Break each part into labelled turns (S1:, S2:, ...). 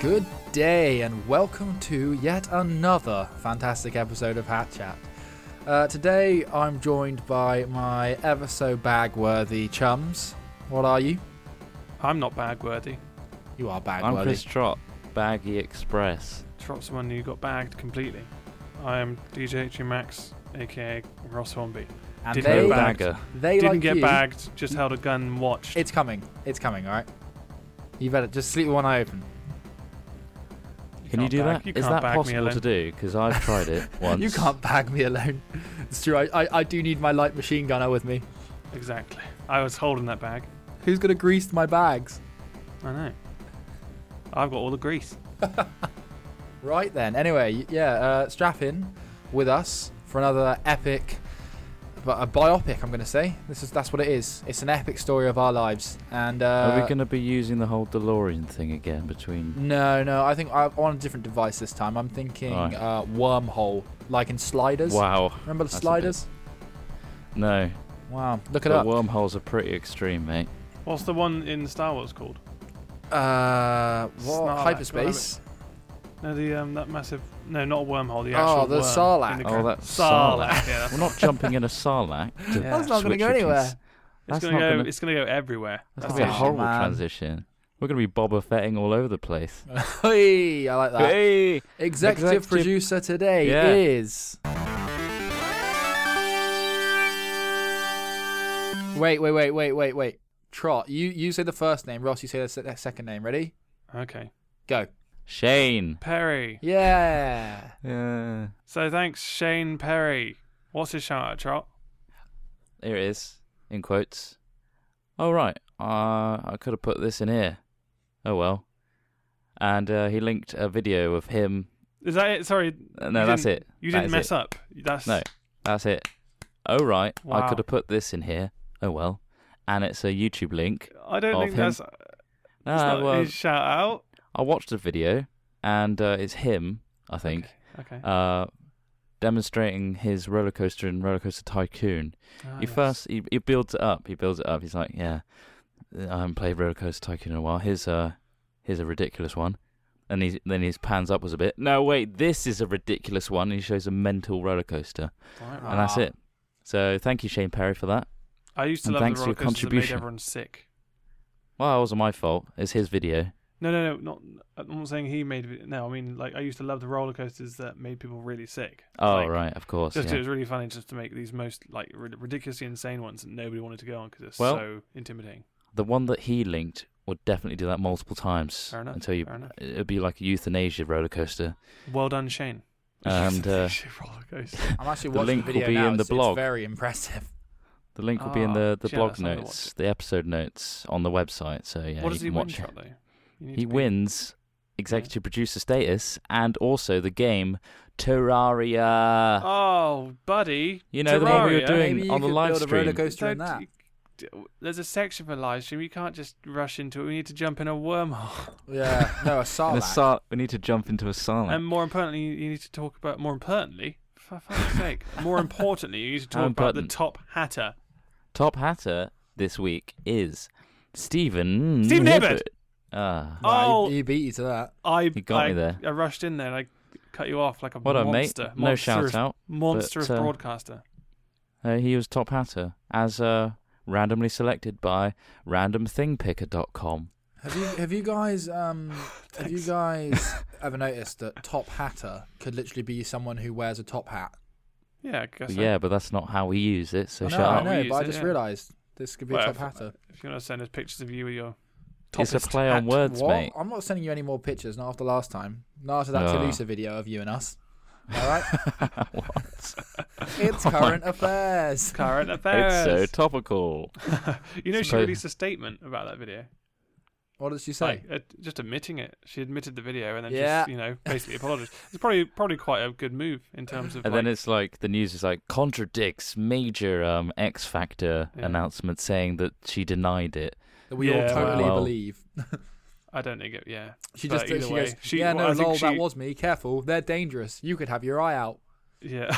S1: Good day, and welcome to yet another fantastic episode of Hat Chat. Uh, today, I'm joined by my ever so bagworthy chums. What are you?
S2: I'm not bag worthy.
S1: You are
S3: I'm
S1: bagworthy.
S3: Chris Trott, Baggy Express.
S2: Trot someone who got bagged completely. I am DJ HU E Max, aka Ross Hornby.
S1: and
S2: didn't
S1: they,
S3: No
S2: get bagged.
S3: bagger.
S1: they
S2: Didn't
S1: like
S2: get
S1: you,
S2: bagged, just held a gun and watched.
S1: It's coming. It's coming. All right. You better just sleep with one eye open.
S3: Can you
S2: can't
S3: do
S2: bag-
S3: that?
S2: you
S3: Is
S2: can't
S3: that
S2: bag me
S3: possible
S2: alone.
S3: to do? Because I've tried it once.
S1: You can't bag me alone. It's true. I, I, I do need my light machine gunner with me.
S2: Exactly. I was holding that bag.
S1: Who's gonna grease my bags?
S2: I know. I've got all the grease.
S1: Right then. Anyway, y- yeah, uh, strap in with us for another epic, but a biopic. I'm going to say this is that's what it is. It's an epic story of our lives. And uh,
S3: Are we going to be using the whole DeLorean thing again between?
S1: No, no. I think I'm on a different device this time. I'm thinking
S3: Right.
S1: uh, wormhole, like in sliders.
S3: Wow.
S1: Remember the
S3: That's a bit-
S1: sliders?
S3: No.
S1: Wow. Look it
S3: But
S1: up.
S3: wormholes are pretty extreme, mate.
S2: What's the one in Star Wars called?
S1: uh, what?
S2: Snarlax,
S1: Hyperspace.
S2: No, the um, that massive. No, not a wormhole. The
S1: Oh,
S2: actual
S1: the
S2: worm
S1: Sarlacc.
S2: in the
S3: Oh,
S2: ground.
S3: that's
S2: Sarlacc. Yeah,
S3: We're not jumping in a sarlacc. to
S2: Yeah. That's
S1: not gonna
S3: switch
S1: go
S3: between
S1: anywhere.
S3: s-
S2: it's
S3: That's
S2: gonna
S3: not
S2: go.
S3: gonna-
S2: It's gonna go everywhere.
S3: That's,
S1: That's
S3: going to be a
S1: not-
S3: horrible
S1: man.
S3: transition. We're going to be Boba Fetting all over the place.
S1: Hey, I like that.
S3: Hey!
S1: Executive,
S3: Executive-
S1: producer today
S3: Yeah.
S1: is. Wait, wait, wait, wait, wait, wait. Trot, you you say the first name. Ross, you say the se- second name. Ready?
S2: Okay.
S1: Go.
S3: Shane.
S2: Perry.
S1: Yeah.
S3: Yeah.
S2: So thanks, Shane Perry. What's his shout out, Trot?
S3: Here it is, in quotes. Oh, right. Uh, I could have put this in here. Oh, well. And uh, he linked a video of him.
S2: Is that it? Sorry,
S3: Uh, No,
S2: You
S3: that's it.
S2: you
S3: That
S2: didn't
S3: is
S2: mess
S3: it.
S2: up. That's
S3: No. That's it. Oh, right. I
S2: Wow.
S3: could have put this in here. Oh, well. And it's a YouTube link.
S2: I don't
S3: Of
S2: think
S3: him.
S2: that's, that's
S3: Ah,
S2: not
S3: well,
S2: his shout out.
S3: I watched the video, and uh, it's him, I think,
S2: Okay.
S3: uh, demonstrating his roller coaster in Roller Coaster Tycoon.
S2: Ah,
S3: He
S2: yes.
S3: first he, he builds it up. He builds it up. He's like, yeah, I haven't played Roller Coaster Tycoon in a while. Here's a here's a ridiculous one, and he then he pans upwards a bit. No, wait, this is a ridiculous one. And he shows a mental roller coaster,
S2: Right, right.
S3: and that's
S1: Ah.
S3: it. So thank you, Shane Perry, for that.
S2: I used to
S3: and
S2: love
S3: thanks
S2: the
S3: for your
S2: roller coasters that made
S3: contribution.
S2: everyone sick.
S3: Well, it wasn't my fault. It's his video.
S2: No, no, no. Not. I'm not saying he made. it. No, I mean like I used to love the roller coasters that made people really sick. It's
S3: Oh
S2: like,
S3: right, of course.
S2: Just
S3: yeah.
S2: it was really funny just to make these most like rid- ridiculously insane ones that nobody wanted to go on because it's
S3: Well-
S2: so intimidating.
S3: The one that he linked would definitely do that multiple times
S2: Fair enough.
S3: until you.
S2: Fair enough.
S3: It'd be like a euthanasia roller coaster.
S2: Well done, Shane.
S3: And, uh,
S2: roller coaster.
S1: I'm actually
S3: The
S1: watching
S3: link
S1: the
S3: will
S1: video
S3: be
S1: now.
S3: in the
S1: it's,
S3: blog.
S1: It's very impressive.
S3: The link will be in the, the
S2: Ah,
S3: blog
S2: jealous, I'm gonna watch
S3: notes, the episode notes on the website. So yeah,
S2: what
S3: you
S2: does he
S3: can
S2: win
S3: watch
S2: from
S3: it.
S2: though? You need
S3: He
S2: to be-
S3: wins executive producer status and also the game Terraria.
S2: Oh, buddy.
S3: you know the one we were
S2: Terraria?
S3: doing
S1: Maybe you
S3: on the
S1: could
S3: live
S1: build a roller
S3: stream.
S1: coaster in
S2: Don't
S1: that.
S2: you- d- There's a section for live stream. You can't just rush into it. We need to jump in a wormhole.
S1: Yeah. No, a
S3: In a
S1: Sarlacc.
S3: sar- we need to jump into a silent.
S2: And more importantly, you need to talk about. More importantly, for fuck's sake. More importantly, you need to
S3: How
S2: talk about the
S3: important?
S2: top hatter.
S3: Top hatter this week is Stephen.
S2: Stephen Hibbert!
S3: Ah,
S1: Wow,
S2: Oh.
S1: you, you beat you to that.
S2: I
S3: You got
S2: I,
S3: me there.
S2: I rushed in there and I cut you off like a
S3: what up, mate?
S2: monster.
S3: No shout
S2: monstrous-
S3: out.
S2: Monstrous
S3: but, uh,
S2: broadcaster.
S3: Uh, he was top hatter as uh, randomly selected by randomthingpicker.com.
S1: Have you have you guys um have you
S2: Thanks.
S1: guys ever noticed that top hatter could literally be someone who wears a top hat?
S2: Yeah, I guess. so.
S3: Yeah, but that's not how we use it. So
S1: I know,
S3: shut
S1: I
S3: up.
S2: We
S1: know,
S2: use
S1: but I
S2: it,
S1: just
S2: yeah.
S1: realised this could be
S2: Well,
S1: a top
S2: if-
S1: hatter.
S2: If you want to send us pictures of you with your
S3: It's a
S2: toppest
S3: play on
S2: hat.
S3: words,
S1: What?
S3: mate.
S1: I'm not sending you any more pictures, not after last time. Not after that
S3: No.
S1: Toulouse video of you and us. All right?
S3: What?
S1: It's
S3: Oh my
S1: current affairs.
S2: current
S3: it's
S2: affairs.
S3: so topical.
S2: you know, she
S3: Suppose-
S2: released a statement about that video.
S1: What did she say?
S2: Like, uh, just admitting it. She admitted the video and then
S1: Yeah.
S2: just, you know, basically apologized. It's probably probably quite a good move in terms of.
S3: And
S2: like,
S3: then it's like the news is like contradicts major um, X Factor
S2: Yeah.
S3: announcement saying that she denied it.
S1: that we all
S2: Yeah,
S1: totally
S3: well.
S1: believe.
S2: I don't think it, yeah.
S1: She
S2: But
S1: just she
S2: either way,
S1: goes,
S2: she-
S1: Yeah,
S2: well,
S1: no,
S2: I think
S1: lol, that
S2: she-
S1: was me. Careful, they're dangerous. You could have your eye out.
S2: Yeah.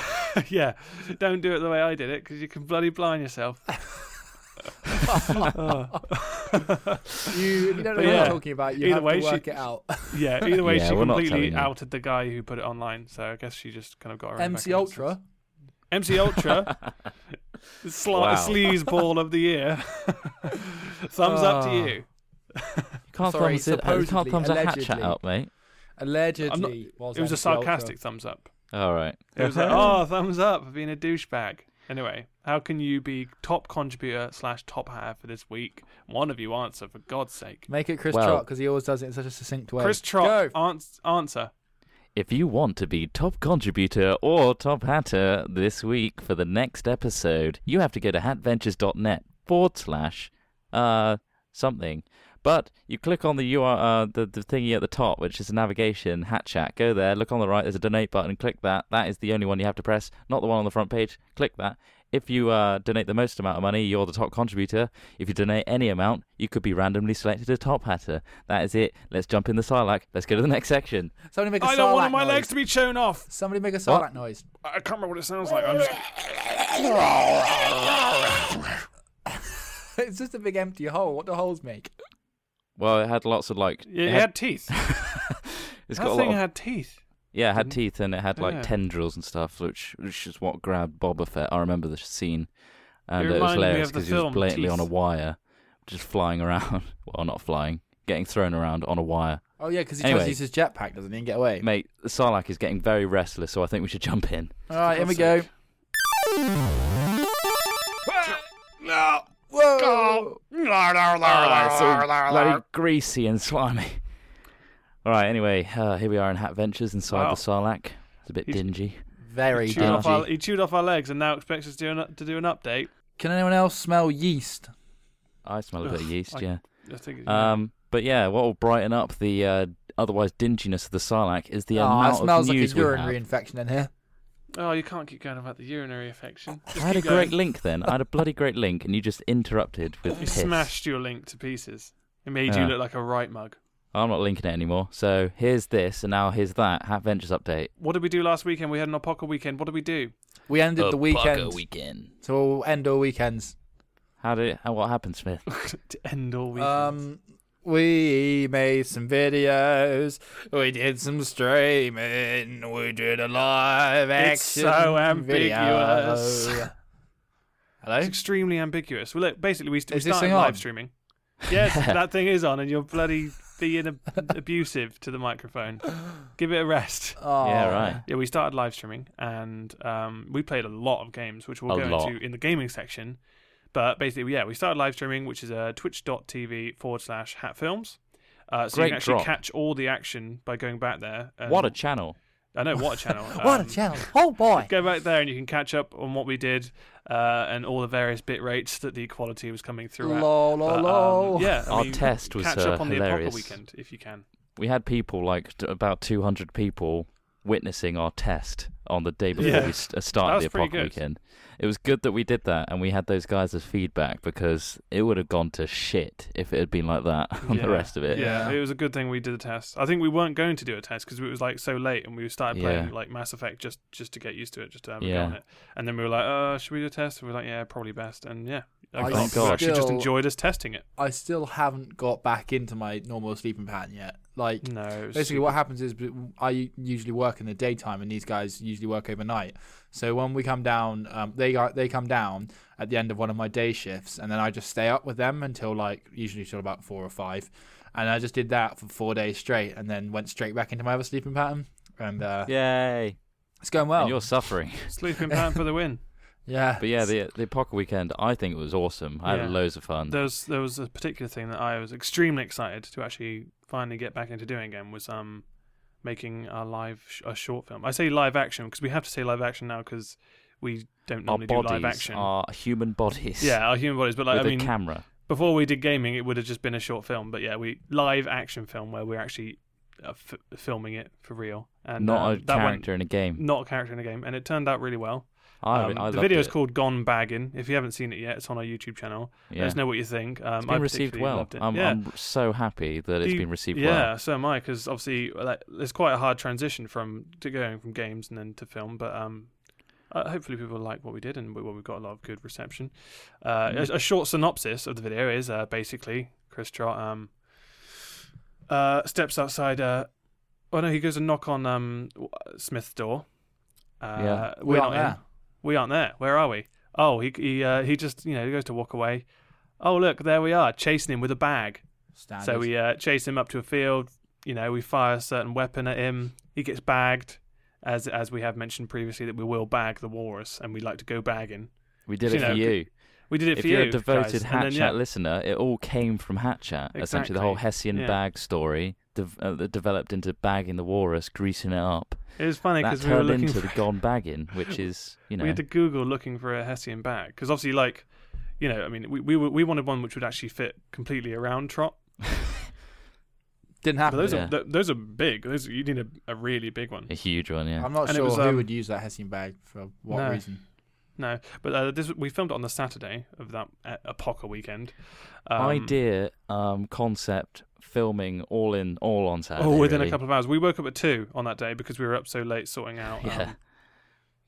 S2: yeah. Don't do it the way I did it because you can bloody blind yourself. Oh.
S1: You, if you don't know
S2: But
S1: what
S2: yeah,
S1: I'm talking about, you
S2: either
S1: have
S2: way,
S1: to
S2: she-
S1: work it out.
S2: yeah, either way,
S3: Yeah,
S2: she
S3: we're not telling
S2: completely
S3: you.
S2: outed the guy who put it online. So I guess she just kind of got her. own back
S1: MC
S2: in a
S1: Ultra.
S2: sense. MC Ultra, sli-
S3: Wow.
S2: sleaze ball of the year. Thumbs up to
S1: Ah.
S2: you.
S3: You can't
S1: Sorry,
S3: thumbs it. You can't
S1: supposedly,
S3: thumbs a hatchet
S1: allegedly.
S3: up, mate.
S1: Allegedly,
S2: I'm not-
S1: was
S2: It was a
S1: MC Ultra.
S2: sarcastic thumbs up.
S3: All right.
S2: It was like, oh, thumbs up for being a douchebag. Anyway, how can you be top contributor slash top hatter for this week? One of you answer, for God's sake.
S1: Make it Chris
S3: Well-
S1: Trott because he always does it in such a succinct way.
S2: Chris
S1: Go.
S2: Trott, ans- answer.
S3: If you want to be top contributor or top hatter this week for the next episode, you have to go to hatventures.net forward slash uh something. But you click on the URL, uh, the, the thingy at the top, which is the navigation, hat chat. Go there, look on the right, there's a donate button, click that. That is the only one you have to press, not the one on the front page. Click that. If you uh, donate the most amount of money, you're the top contributor. If you donate any amount, you could be randomly selected a top hatter. That is it. Let's jump in the Sarlacc. Let's go to the next section.
S1: Somebody make a
S2: I don't
S1: Sarlacc
S2: want my
S1: noise.
S2: legs to be shown off.
S1: Somebody make a Sarlacc noise.
S2: I I can't remember what it sounds like. I'm just-
S1: it's just a big empty hole. What do holes make?
S3: Well, it had lots of like.
S2: Yeah,
S3: it
S2: it
S3: had-
S2: had teeth.
S3: it's got a
S2: that
S3: lot.
S2: thing
S3: Of,
S2: had teeth.
S3: yeah, it had
S2: didn't-
S3: teeth and it had like
S2: Yeah.
S3: tendrils and stuff, which which is what grabbed Boba Fett. I remember the scene, and it, was
S2: reminded me
S3: hilarious
S2: of the
S3: because he was
S2: film
S3: blatantly on a
S2: Teeth.
S3: wire, just flying around. well, not flying, getting thrown around on a wire.
S1: Oh yeah, because he
S3: Anyway.
S1: tries to use his jetpack, doesn't he, and get away?
S3: Mate, Sarlacc is getting very restless, so I think we should jump in.
S1: All right, here we
S2: For
S1: go.
S2: God's No.
S1: Whoa! Oh.
S3: Ah, so bloody greasy and slimy. All right, anyway, uh, here we are in Hat Ventures inside
S2: Wow.
S3: the Sarlacc. It's a bit
S2: He's-
S3: dingy.
S1: Very
S2: Chewed off
S1: dingy.
S2: our, he chewed off our legs and now expects us to do an, to do an update.
S1: Can anyone else smell yeast?
S3: I smell a bit of
S2: Ugh,
S3: yeast,
S2: I-
S3: yeah.
S2: I think it's-
S3: Um, but yeah, what will brighten up the uh, otherwise dinginess of the Sarlacc is the
S1: Ah,
S3: amount
S1: it smells
S3: of
S1: like a
S3: news
S1: urinary
S3: we have.
S1: infection in here.
S2: oh, you can't keep going about the urinary affection. Just
S3: I had a
S2: keep
S3: great
S2: going.
S3: link then. I had a bloody great link, and you just interrupted with
S2: You
S3: piss.
S2: smashed your link to pieces. It made
S3: Yeah.
S2: you look like a right mug.
S3: I'm not linking it anymore. So here's this, and now here's that. Hat Ventures update.
S2: What did we do last weekend? We had an Apoca weekend. What did we do?
S1: We ended the weekend,
S3: weekend.
S1: so we'll end all weekends.
S3: How did? How, what happened, Smith?
S2: to end all weekend.
S1: Um, we made some videos. We did some streaming. We did a live
S2: It's
S1: action.
S2: so ambiguous.
S1: video. Hello.
S2: it's extremely ambiguous. Well, look, basically, we, we
S1: Is this
S2: started
S1: thing
S2: live
S1: on?
S2: streaming. Yes, that thing is on, and you're bloody being ab- abusive to the microphone. Give it a rest.
S1: Oh.
S3: Yeah, right.
S2: Yeah, we started live streaming, and um, we played a lot of games, which we'll
S3: A
S2: go
S3: lot.
S2: into in the gaming section. But basically, yeah, we started live streaming, which is uh, twitch.tv forward slash hatfilms. Uh, so
S3: Great
S2: you can actually
S3: drop.
S2: catch all the action by going back there. And,
S3: What a channel!
S2: I know, what a channel.
S1: What
S2: Um,
S1: a channel! Oh boy.
S2: go back there and you can catch up on what we did uh, and all the various bit rates that the quality was coming through. at.
S1: Lol, lol,
S2: But,
S1: lol.
S2: um, yeah, I
S3: Our
S2: mean,
S3: test was,
S2: catch
S3: uh,
S2: up on
S3: hilarious.
S2: the Apoca weekend if you can.
S3: We had people like t- about 200 people witnessing our test on the day before
S2: Yeah.
S3: we s- uh,
S2: That
S3: started
S2: was
S3: the
S2: pretty
S3: Apoc
S2: good.
S3: weekend. It was good that we did that and we had those guys as feedback because it would have gone to shit if it had been like that on
S2: Yeah.
S3: the rest of it.
S2: Yeah,
S1: Yeah.
S2: it was a good thing we did a test. I think we weren't going to do a test because it was like so late and we started playing
S3: Yeah.
S2: like Mass Effect just just to get used to it, just to have a go
S3: Yeah.
S2: on it. And then we were like, uh, should we do a test? And we were like, yeah, probably best. And yeah, I
S1: I
S2: think
S3: still-
S2: we actually just
S1: still-
S2: enjoyed us testing it.
S1: I still haven't got back into my normal sleeping pattern yet. Like,
S2: No, it was
S1: basically,
S2: stupid.
S1: what happens is I usually work in the daytime, and these guys usually work overnight. So when we come down, um, they are, they come down at the end of one of my day shifts, and then I just stay up with them until like usually till about four or five, and I just did that for four days straight, and then went straight back into my other sleeping pattern, and uh,
S3: Yay!
S1: it's going
S3: and
S1: well.
S3: you're suffering.
S2: sleeping pattern for the win.
S1: yeah,
S3: But yeah, the the Apoc weekend, I think it was awesome. I
S2: Yeah.
S3: had loads of fun.
S2: There was there was a particular thing that I was extremely excited to actually finally get back into doing again was um making a live sh- a short film. I say live action because we have to say live action now because we don't
S3: our
S2: normally do live
S3: bodies
S2: action.
S3: are human bodies.
S2: yeah, our human bodies, but
S3: With
S2: like I
S3: a
S2: mean,
S3: camera.
S2: before we did gaming, it would have just been a short film. But yeah, we live action film where we're actually uh, f- filming it for real and
S3: not
S2: um,
S3: a
S2: that went-
S3: character in a game.
S2: not a character in a game, and it turned out really well.
S3: I,
S2: Um,
S3: I
S2: the
S3: loved
S2: video's
S3: it.
S2: called Gone Bagging. If you haven't seen it yet, it's on our YouTube channel. Let
S3: Yeah.
S2: us know what you think. Um,
S3: it's been
S2: I
S3: received
S2: particularly
S3: well.
S2: loved it.
S3: I'm,
S2: yeah.
S3: I'm so happy that it's
S2: The-
S3: been received
S2: yeah,
S3: well.
S2: so am I, because obviously like, it's quite a hard transition from to going from games and then to film. But um, Uh, hopefully, people like what we did, and we, well, we've got a lot of good reception. Uh, a, a short synopsis of the video is uh, basically Chris Trot um, uh, steps outside. Uh, oh no, he goes and knock on um, w- Smith's door. Uh,
S3: Yeah.
S1: We
S2: we're
S1: aren't
S2: not in.
S1: there.
S2: We aren't there. Where are we? Oh, he he uh, he just you know he goes to walk away. Oh look, there we are, chasing him with a bag.
S3: Ah,
S1: Standard.
S2: So we uh, chase him up to a field. You know, we fire a certain weapon at him. He gets bagged, as as we have mentioned previously that we will bag the walrus, and we like to go bagging.
S3: We did
S2: You
S3: it
S2: know,
S3: for you.
S2: We did it
S3: If
S2: for
S3: you're
S2: you,
S3: a devoted
S2: guys. And then,
S3: Hatchat
S2: yeah,
S3: listener, it all came from Hatchat. Essentially, the whole
S2: Exactly.
S3: Hessian
S2: Yeah.
S3: bag story dev- uh, that developed into bagging the walrus, greasing it up.
S2: it was funny
S3: that
S2: because we were
S3: turned
S2: looking
S3: into
S2: for
S3: the eh? gone bagging, which is you know
S2: we had to Google looking for a Hessian bag because obviously, like, you know, I mean, we we were- we wanted one which would actually fit completely around Trot.
S1: didn't
S2: But
S1: happen.
S2: those
S3: Yeah.
S2: are th- those are big. Those you need a, a really big one.
S3: a huge one. Yeah,
S1: I'm not
S2: And it
S1: sure
S2: was,
S1: who
S2: um,
S1: would use that Hessian bag for what
S2: No.
S1: reason.
S2: No, but uh, this we filmed it on the Saturday of that uh, Apoca weekend.
S3: idea, um, concept, filming, all in, all on Saturday.
S2: Oh, within
S3: really.
S2: a couple of hours. We woke up at two on that day because we were up so late sorting out,
S3: yeah,
S2: um,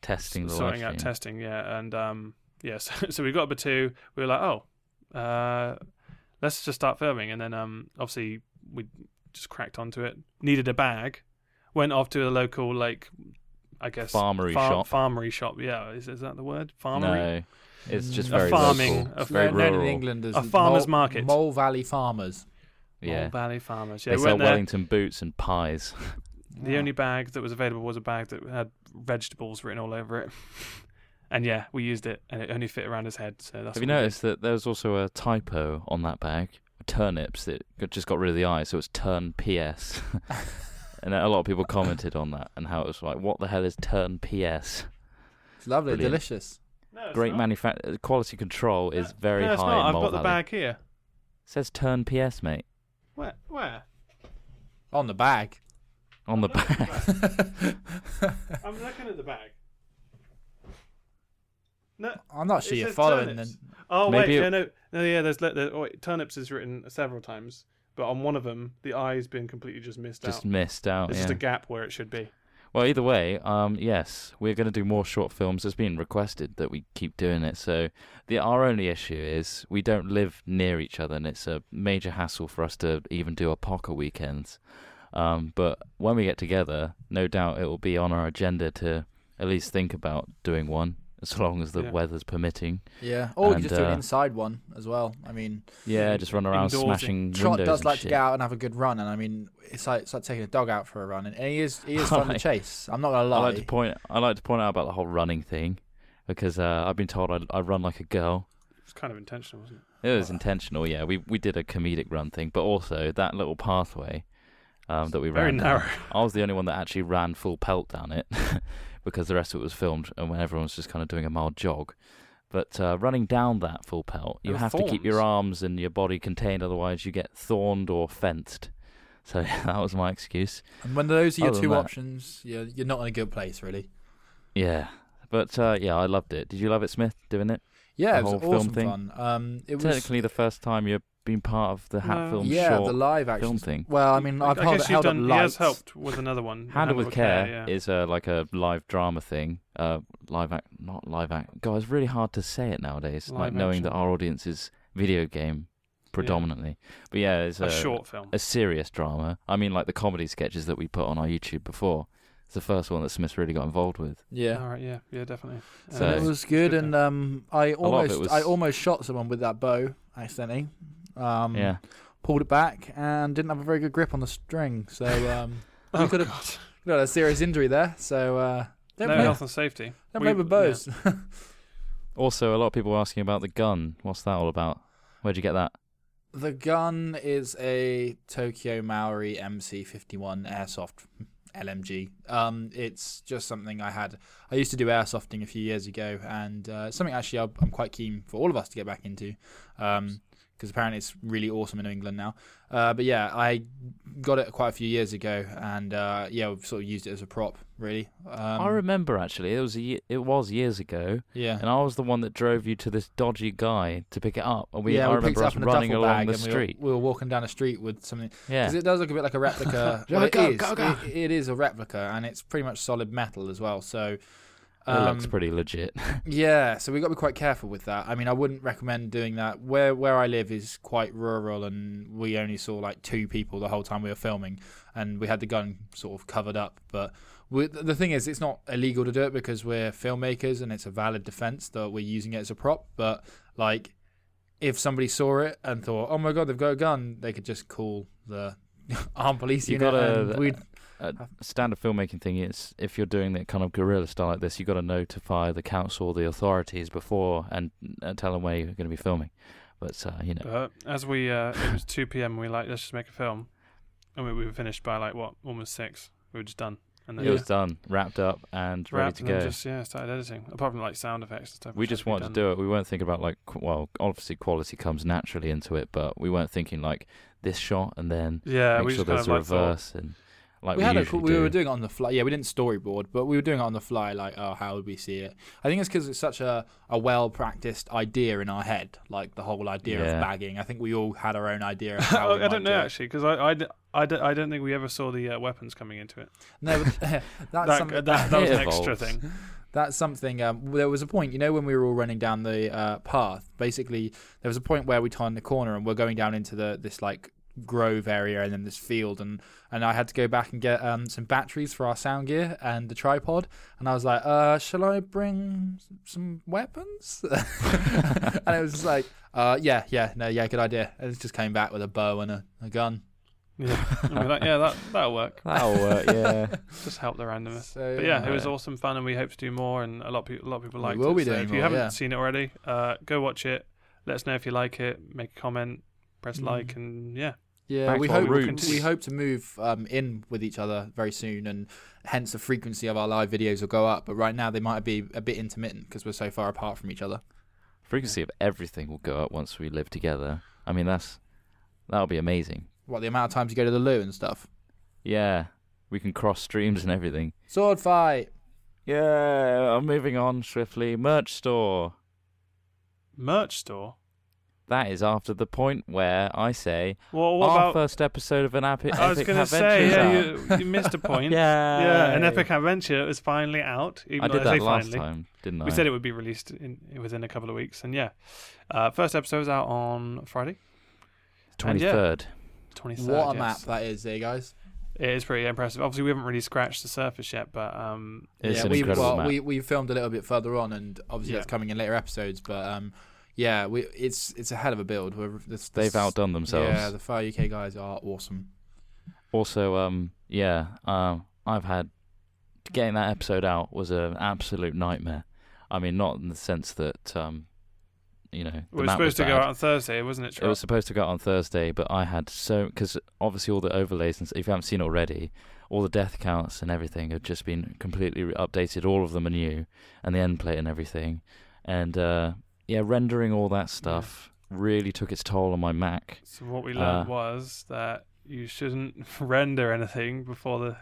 S3: testing
S2: s-
S3: the
S2: sorting out
S3: live stream.
S2: testing. Yeah, and um, yeah, so, so we got up at two. We were like, oh, uh, let's just start filming, and then um, obviously we just cracked onto it. Needed a bag. Went off to a local like, I guess
S3: Farmery
S2: far-
S3: shop.
S2: Farmery shop. Yeah, is, is that the word? Farmery.
S3: No, it's just
S1: Mm.
S3: very
S2: a farming,
S3: local.
S2: a
S3: It's very
S1: They're known in
S3: rural.
S1: England as
S2: A farmer's
S1: Mole-
S2: market.
S1: Mole Valley Farmers.
S3: Yeah,
S2: Old Valley Farmers. Oh, Yeah, uh,
S3: they
S2: we
S3: sell
S2: went there.
S3: Wellington boots and pies.
S2: The only bag that was available was a bag that had vegetables written all over it. And yeah, we used it, and it only fit around his head. So that's
S3: Have
S2: what
S3: you
S2: we
S3: noticed that there was also a typo on that bag? Turnips that got, just got rid of the I, so it's turn PS. and a lot of people commented on that and how it was like, what the hell is turn PS?
S1: It's lovely,
S3: Brilliant.
S1: delicious.
S2: did. No, it's
S3: Great
S2: not.
S3: manufacture quality control is
S2: No,
S3: very
S2: no, it's
S3: high.
S2: Not.
S3: in
S2: I've
S3: Mole
S2: got the
S3: Valley.
S2: bag here.
S3: It says turn PS, mate,
S2: Where? Where?
S1: On the bag.
S3: on the bag.
S2: I'm looking at the bag. No.
S1: I'm not sure
S2: It
S1: you're
S2: says
S1: following
S2: turnips.
S1: the
S2: Oh
S3: Maybe
S2: wait,
S3: it-
S2: no, no, no, yeah. There's, le- there, oh, wait, turnips is written several times, but on one of them, the eye's been completely just missed
S3: just
S2: out.
S3: missed out.
S2: There's
S3: yeah.
S2: just a gap where it should be.
S3: Well, either way, um, yes, we're going to do more short films. It's been requested that we keep doing it. So the our only issue is we don't live near each other, and it's a major hassle for us to even do our poker weekends. Um, but when we get together, no doubt it will be on our agenda to at least think about doing one, as long as the
S2: Yeah.
S3: weather's permitting.
S1: Yeah. Or you
S3: And,
S1: can just do
S3: uh,
S1: an inside one as well. I mean,
S3: Yeah, just run around
S2: Indoorsy.
S3: smashing
S1: Trot
S3: windows.
S1: does
S3: and
S1: like to
S3: shit.
S1: get out and have a good run, and I mean, it's like it's like taking a dog out for a run, and he is he is fun to
S3: Right.
S1: chase. I'm not gonna lie.
S3: I like to point. I like to point out about the whole running thing, because uh, I've been told I, I run like a girl.
S2: It's kind of intentional, wasn't it?
S3: It was
S1: Well-
S3: intentional, yeah. We we did a comedic run thing, but also that little pathway um, that we
S2: Very
S3: ran. down,
S2: narrow.
S3: I was the only one that actually ran full pelt down it because the rest of it was filmed and when everyone was just kind of doing a mild jog. But uh, running down that full pelt,
S2: There
S3: you
S2: were
S3: have to keep your
S2: thorns.
S3: arms and your body contained, otherwise you get thorned or fenced. So that was my excuse.
S1: and when those are your
S3: Other
S1: two
S3: than that-
S1: options, you're you're not in a good place really.
S3: Yeah, but uh, yeah, I loved it. Did you love it, Smith? Doing it?
S1: Yeah,
S3: The
S1: it was
S3: whole film
S1: awesome
S3: thing?
S1: fun. Um, it was
S3: Technically, the first time you've been part of the Hat
S2: No.
S3: Film
S1: yeah
S3: short
S1: the live
S3: film
S1: action.
S3: thing.
S1: Well, I mean, I've
S2: I
S1: held,
S2: guess you've
S1: held up
S2: done. He has
S1: lights.
S2: helped with another one.
S3: Handle with Care
S2: yeah.
S3: is uh, like a live drama thing. Uh, live act, not live act. God, it's really hard to say it nowadays.
S2: Live
S3: like knowing that
S2: action.
S3: our audience is video game predominantly, but yeah, it's a,
S2: a short film.
S3: a serious drama. I mean, like the comedy sketches that we put on our YouTube before. It's the first one that Smith really got involved with.
S1: Yeah.
S2: All right. Yeah. Yeah. Definitely. Uh,
S3: So-
S1: and it
S3: No.
S1: was good,
S2: Good
S1: and um, I
S3: lot of it
S1: almost
S3: was-
S1: I almost shot someone with that bow accidentally. Um,
S3: yeah,
S1: Pulled it back and didn't have a very good grip on the string, so um,
S2: Oh,
S1: you could have
S2: God.
S1: got a serious injury there. So uh, don't
S2: no
S1: play,
S2: health and safety.
S1: don't
S2: We-
S1: play with bows.
S3: Also, a lot of people were asking about the gun. What's that all about? Where'd you get that?
S1: The gun is a Tokyo Maori MC51 airsoft LMG. Um, it's just something I had. I used to do airsofting a few years ago, and uh, it's something actually I'm I'm quite keen for all of us to get back into, because apparently it's really awesome in England now. Uh, but yeah, I got it quite a few years ago, and uh, yeah, we've sort of used it as a prop, really. Um,
S3: I remember actually. It was a ye- it was years ago,
S1: yeah.
S3: and I was the one that drove you to this dodgy guy to pick it up. And we
S1: yeah,
S3: I
S1: we picked
S3: remember
S1: it
S3: us
S1: up in a
S3: running
S1: duffel bag
S3: along the
S1: and we were-
S3: street.
S1: We were, walking down a street with something
S3: yeah,
S1: Because it does look a bit like a replica.
S3: Yeah,
S1: well, it
S3: go,
S1: is.
S3: go, go.
S1: It, it is a replica, and it's pretty much solid metal as well. So
S3: It
S1: Um,
S3: looks pretty legit.
S1: Yeah, so we got to be quite careful with that. I mean, I wouldn't recommend doing that. Where where I live is quite rural, and we only saw like two people the whole time we were filming, and we had the gun sort of covered up. But we, the thing is, it's not illegal to do it because we're filmmakers, and it's a valid defense that we're using it as a prop. But like, if somebody saw it and thought, "Oh my god, they've got a gun," they could just call the armed police
S3: You
S1: unit.
S3: gotta-
S1: and we'd,
S3: A standard filmmaking thing is if you're doing that kind of guerrilla style like this, you've got to notify the council, the authorities before, and uh, tell them where you're going to be filming. But uh, you know,
S2: But as we, uh, it was 2 p.m. and we like, let's just make a film. And we, we were finished by like, what, almost 6. We were just done. And then
S3: it was done, wrapped up, and
S2: wrapped and
S3: ready to
S2: then
S3: go.
S2: just, yeah, started editing. Apart from like sound effects and stuff.
S3: we just wanted to do it. We weren't thinking about like, qu- well, obviously quality comes naturally into it, but we weren't thinking like this shot and then
S2: Yeah,
S3: make
S2: we
S3: sure
S2: just kind
S3: there's
S2: of
S3: a
S2: like thought,
S3: reverse and like
S1: we,
S3: we,
S1: had a,
S3: usually
S1: we
S3: do.
S1: were doing it on the fly. Yeah, we didn't storyboard, but we were doing it on the fly. Like, oh, how would we see it? I think it's because it's such a, a well practiced idea in our head. Like the whole idea
S3: Yeah.
S1: of bagging. I think we all had our own idea. Of how
S2: I,
S1: we
S2: I
S1: might
S2: don't know
S1: do it.
S2: actually, because I, I, d- I, d- I don't think we ever saw the uh, weapons coming into it.
S1: No, but that's
S2: that,
S1: something.
S2: that, that was an
S3: It
S2: extra
S3: evolves.
S2: thing.
S1: That's something. Um, there was a point, you know, when we were all running down the uh, path. Basically, there was a point where we turned the corner and we're going down into the this like grove area and then this field, and and I had to go back and get um, some batteries for our sound gear and the tripod. And I was like, uh, "Shall I bring s- some weapons?" and it was just like, uh, "Yeah, yeah, no, yeah, good idea." And it just came back with a bow and a, a gun.
S2: Yeah, and we're like, yeah, that that'll work.
S3: That'll work, Oh, uh, yeah.
S2: Just help the randomness.
S1: So,
S2: But yeah, it was
S3: Yeah.
S2: awesome fun, and we hope to do more. And a lot of people, a lot of people
S1: We
S2: liked
S1: will
S2: it.
S1: be
S2: so
S1: doing
S2: if you
S1: more,
S2: haven't
S1: yeah.
S2: seen it already, uh, go watch it. Let us know if you like it. Make a comment. Press
S1: Mm.
S2: like, and yeah,
S1: Yeah,
S3: Back
S1: we
S3: to our
S1: hope
S3: roots.
S1: we hope to move um, in with each other very soon, and hence the frequency of our live videos will go up. But right now they might be a bit intermittent because we're so far apart from each other.
S3: Frequency of everything will go up once we live together. I mean, that's that'll be amazing.
S1: What the amount of times you go to the loo and stuff.
S3: Yeah, we can cross streams and everything.
S1: Sword fight.
S3: Yeah, I'm moving on swiftly. Merch store.
S2: merch store.
S3: That is after the point where I say
S2: Well, what
S3: our
S2: about?
S3: first episode of an epi- epic
S2: I was going to
S3: adventure
S2: say,
S3: is
S2: yeah,
S3: out.
S2: you, you missed a point.
S3: yeah,
S2: Yeah, an epic adventure is finally out. Even
S3: I
S2: though
S3: did
S2: I
S3: that
S2: say
S3: last
S2: finally.
S3: time, didn't I?
S2: We said it would be released in, within a couple of weeks, and yeah, uh, first episode is out on Friday, and yeah.
S3: 23rd.
S2: twenty third.
S1: What a map that is, there, guys.
S2: It is pretty impressive. Obviously, we haven't really scratched the surface yet, but um,
S3: It's
S1: yeah,
S3: an
S1: we
S3: incredible
S1: well,
S3: map.
S1: we we filmed a little bit further on, and obviously
S2: Yeah.
S1: that's coming in later episodes. But um, yeah, we it's it's a hell of a build. We're, this, this,
S3: They've outdone themselves.
S1: Yeah, the Fire UK guys are awesome.
S3: also, um, yeah, um, I've had getting that episode out was an absolute nightmare. I mean, not in the sense that um, you know the
S2: we were
S3: map was
S2: supposed to go
S3: bad.
S2: out on Thursday, wasn't it?
S3: It
S2: Charles?
S3: was supposed to go out on Thursday, but I had so because obviously all the overlays and s- if you haven't seen it already, all the death counts and everything had just been completely re- updated. All of them are new, and the end plate and everything, and uh, yeah, rendering all that stuff really took its toll on my Mac.
S2: So what we learned
S3: Uh,
S2: was that you shouldn't render anything before the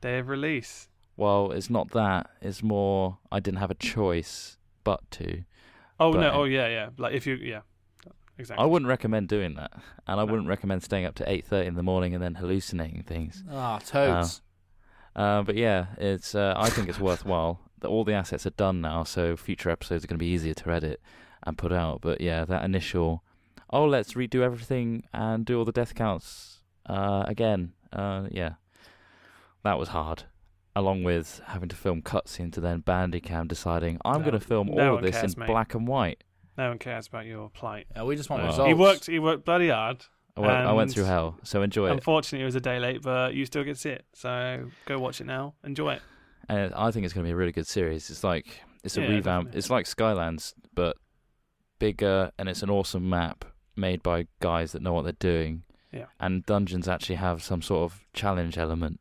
S2: day of release.
S3: Well, it's not that; it's more I didn't have a choice but to.
S2: Oh
S3: But-
S2: no! Oh yeah, yeah. Like if you, yeah, exactly.
S3: I wouldn't recommend doing that, and
S2: No.
S3: I wouldn't recommend staying up to eight thirty in the morning and then hallucinating things.
S1: Ah, toads.
S3: Uh, but yeah, it's. Uh, I think it's worthwhile. The- All the assets are done now, so future episodes are going to be easier to edit and put out. But yeah, that initial, oh, let's redo everything and do all the death counts uh, again. Uh, yeah, that was hard. Along with having to film cutscenes to then Bandicam deciding I'm
S2: No-
S3: going to film
S2: no
S3: all
S2: one
S3: of this
S2: cares,
S3: in
S2: mate.
S3: black and white.
S2: No one cares about your plight.
S1: Yeah, we just want
S3: Wow.
S1: results.
S2: He worked. He worked bloody hard.
S3: I went, I went
S2: And-
S3: through hell, so enjoy it.
S2: Unfortunately, it was a day late, but you still get to see it. So go watch it now. Enjoy it.
S3: and I think it's going to be a really good series. It's like it's a
S2: Yeah,
S3: revamp.
S2: definitely.
S3: It's like Skylands, but bigger, and it's an awesome map made by guys that know what they're doing.
S2: Yeah.
S3: And dungeons actually have some sort of challenge element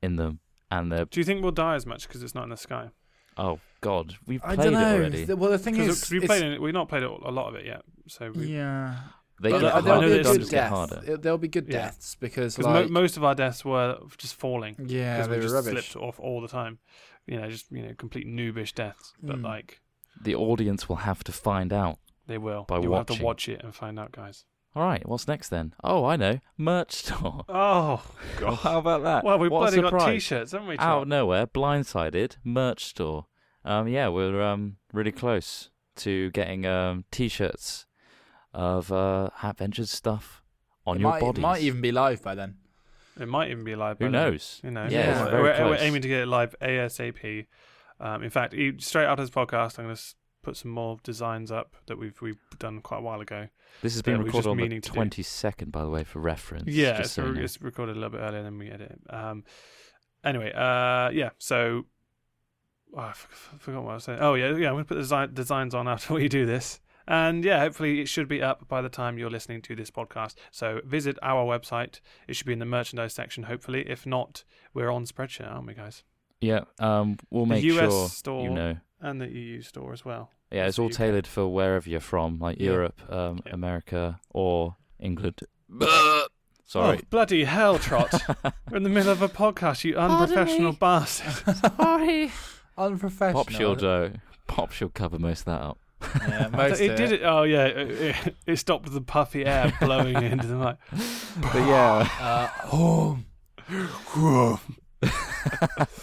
S3: in them, and they're
S2: Do you think we'll die as much because it's not in the sky?
S3: oh god, we've
S1: I
S3: played
S1: don't
S3: it
S1: know.
S3: already.
S1: The- Well, the thing
S2: Because
S1: is,
S2: we
S1: it's-
S2: played it. We've not played it, a lot of it yet. So we,
S1: yeah,
S3: they
S1: But
S3: get
S2: I
S1: there-
S2: don't
S3: harder.
S1: there'll
S2: know
S1: be a
S3: the
S2: there's
S1: good
S3: dungeons get
S1: death.
S3: harder.
S1: It- Therell be good
S2: Yeah.
S1: deaths because
S2: because
S1: like
S2: mo- most of our deaths were just falling.
S1: yeah,
S2: because
S1: they
S2: we
S1: were
S2: just
S1: rubbish.
S2: slipped off all the time. You know, just you know, complete noobish deaths. But
S1: Mm.
S2: like
S3: The audience will have to find out.
S2: they will.
S3: By
S2: You'll have
S3: watching.
S2: to watch it and find out, guys.
S3: All right, what's next then? Oh, I know, merch store.
S2: Oh God.
S3: How about that?
S2: well, we've
S3: Uh, what a
S2: bloody got
S3: surprise.
S2: t-shirts, haven't we?
S3: out
S2: Charles?
S3: of nowhere, blindsided merch store. Um, yeah, we're um, really close to getting um, t-shirts of uh, Adventures stuff on
S1: it
S3: your
S1: might,
S3: body.
S1: It might even be live by then.
S2: It might even be live.
S3: Who
S2: by then.
S3: knows?
S2: You know,
S1: Yeah, it's
S2: we're,
S1: very
S2: we're- we're
S3: close.
S2: aiming to get it live ASAP. Um, in fact, e- straight after this podcast, I'm going to put some more designs up that we've we've done quite a while ago.
S3: This has been
S2: that we've
S3: recorded
S2: just
S3: on the
S2: meaning to do.
S3: twenty second, by the way, for reference.
S2: yeah,
S3: just
S2: it's,
S3: so you
S2: re-
S3: know.
S2: it's recorded a little bit earlier than we edit. it. Um, anyway, uh, yeah. So oh, I f- f- forgot what I was saying. Oh yeah, yeah. I'm going to put the design- designs on after we do this. And yeah, hopefully it should be up by the time you're listening to this podcast. So visit our website. It should be in the merchandise section, hopefully. If not, we're on Spreadshirt, aren't we, guys?
S3: yeah. Um, we'll
S2: The
S3: make
S2: US
S3: sure
S2: store
S3: you know.
S2: and the EU store as well.
S3: Yeah, it's
S2: so
S3: all
S2: you can-
S3: tailored for wherever you're from, like
S2: Yeah.
S3: Europe, um,
S2: Yeah.
S3: America, or England.
S2: Oh,
S3: Sorry.
S2: bloody hell, Trot. We're in the middle of a podcast, you unprofessional
S3: me.
S2: bastard.
S3: Sorry.
S1: Unprofessional.
S3: Pop Shield, though. Pop Shield cover most of that up.
S1: Yeah, most
S2: it
S3: eh?
S1: of
S2: did
S1: it.
S2: it. Oh, yeah. It, it- it stopped the puffy air blowing into the mic.
S3: But yeah.
S1: Uh, home.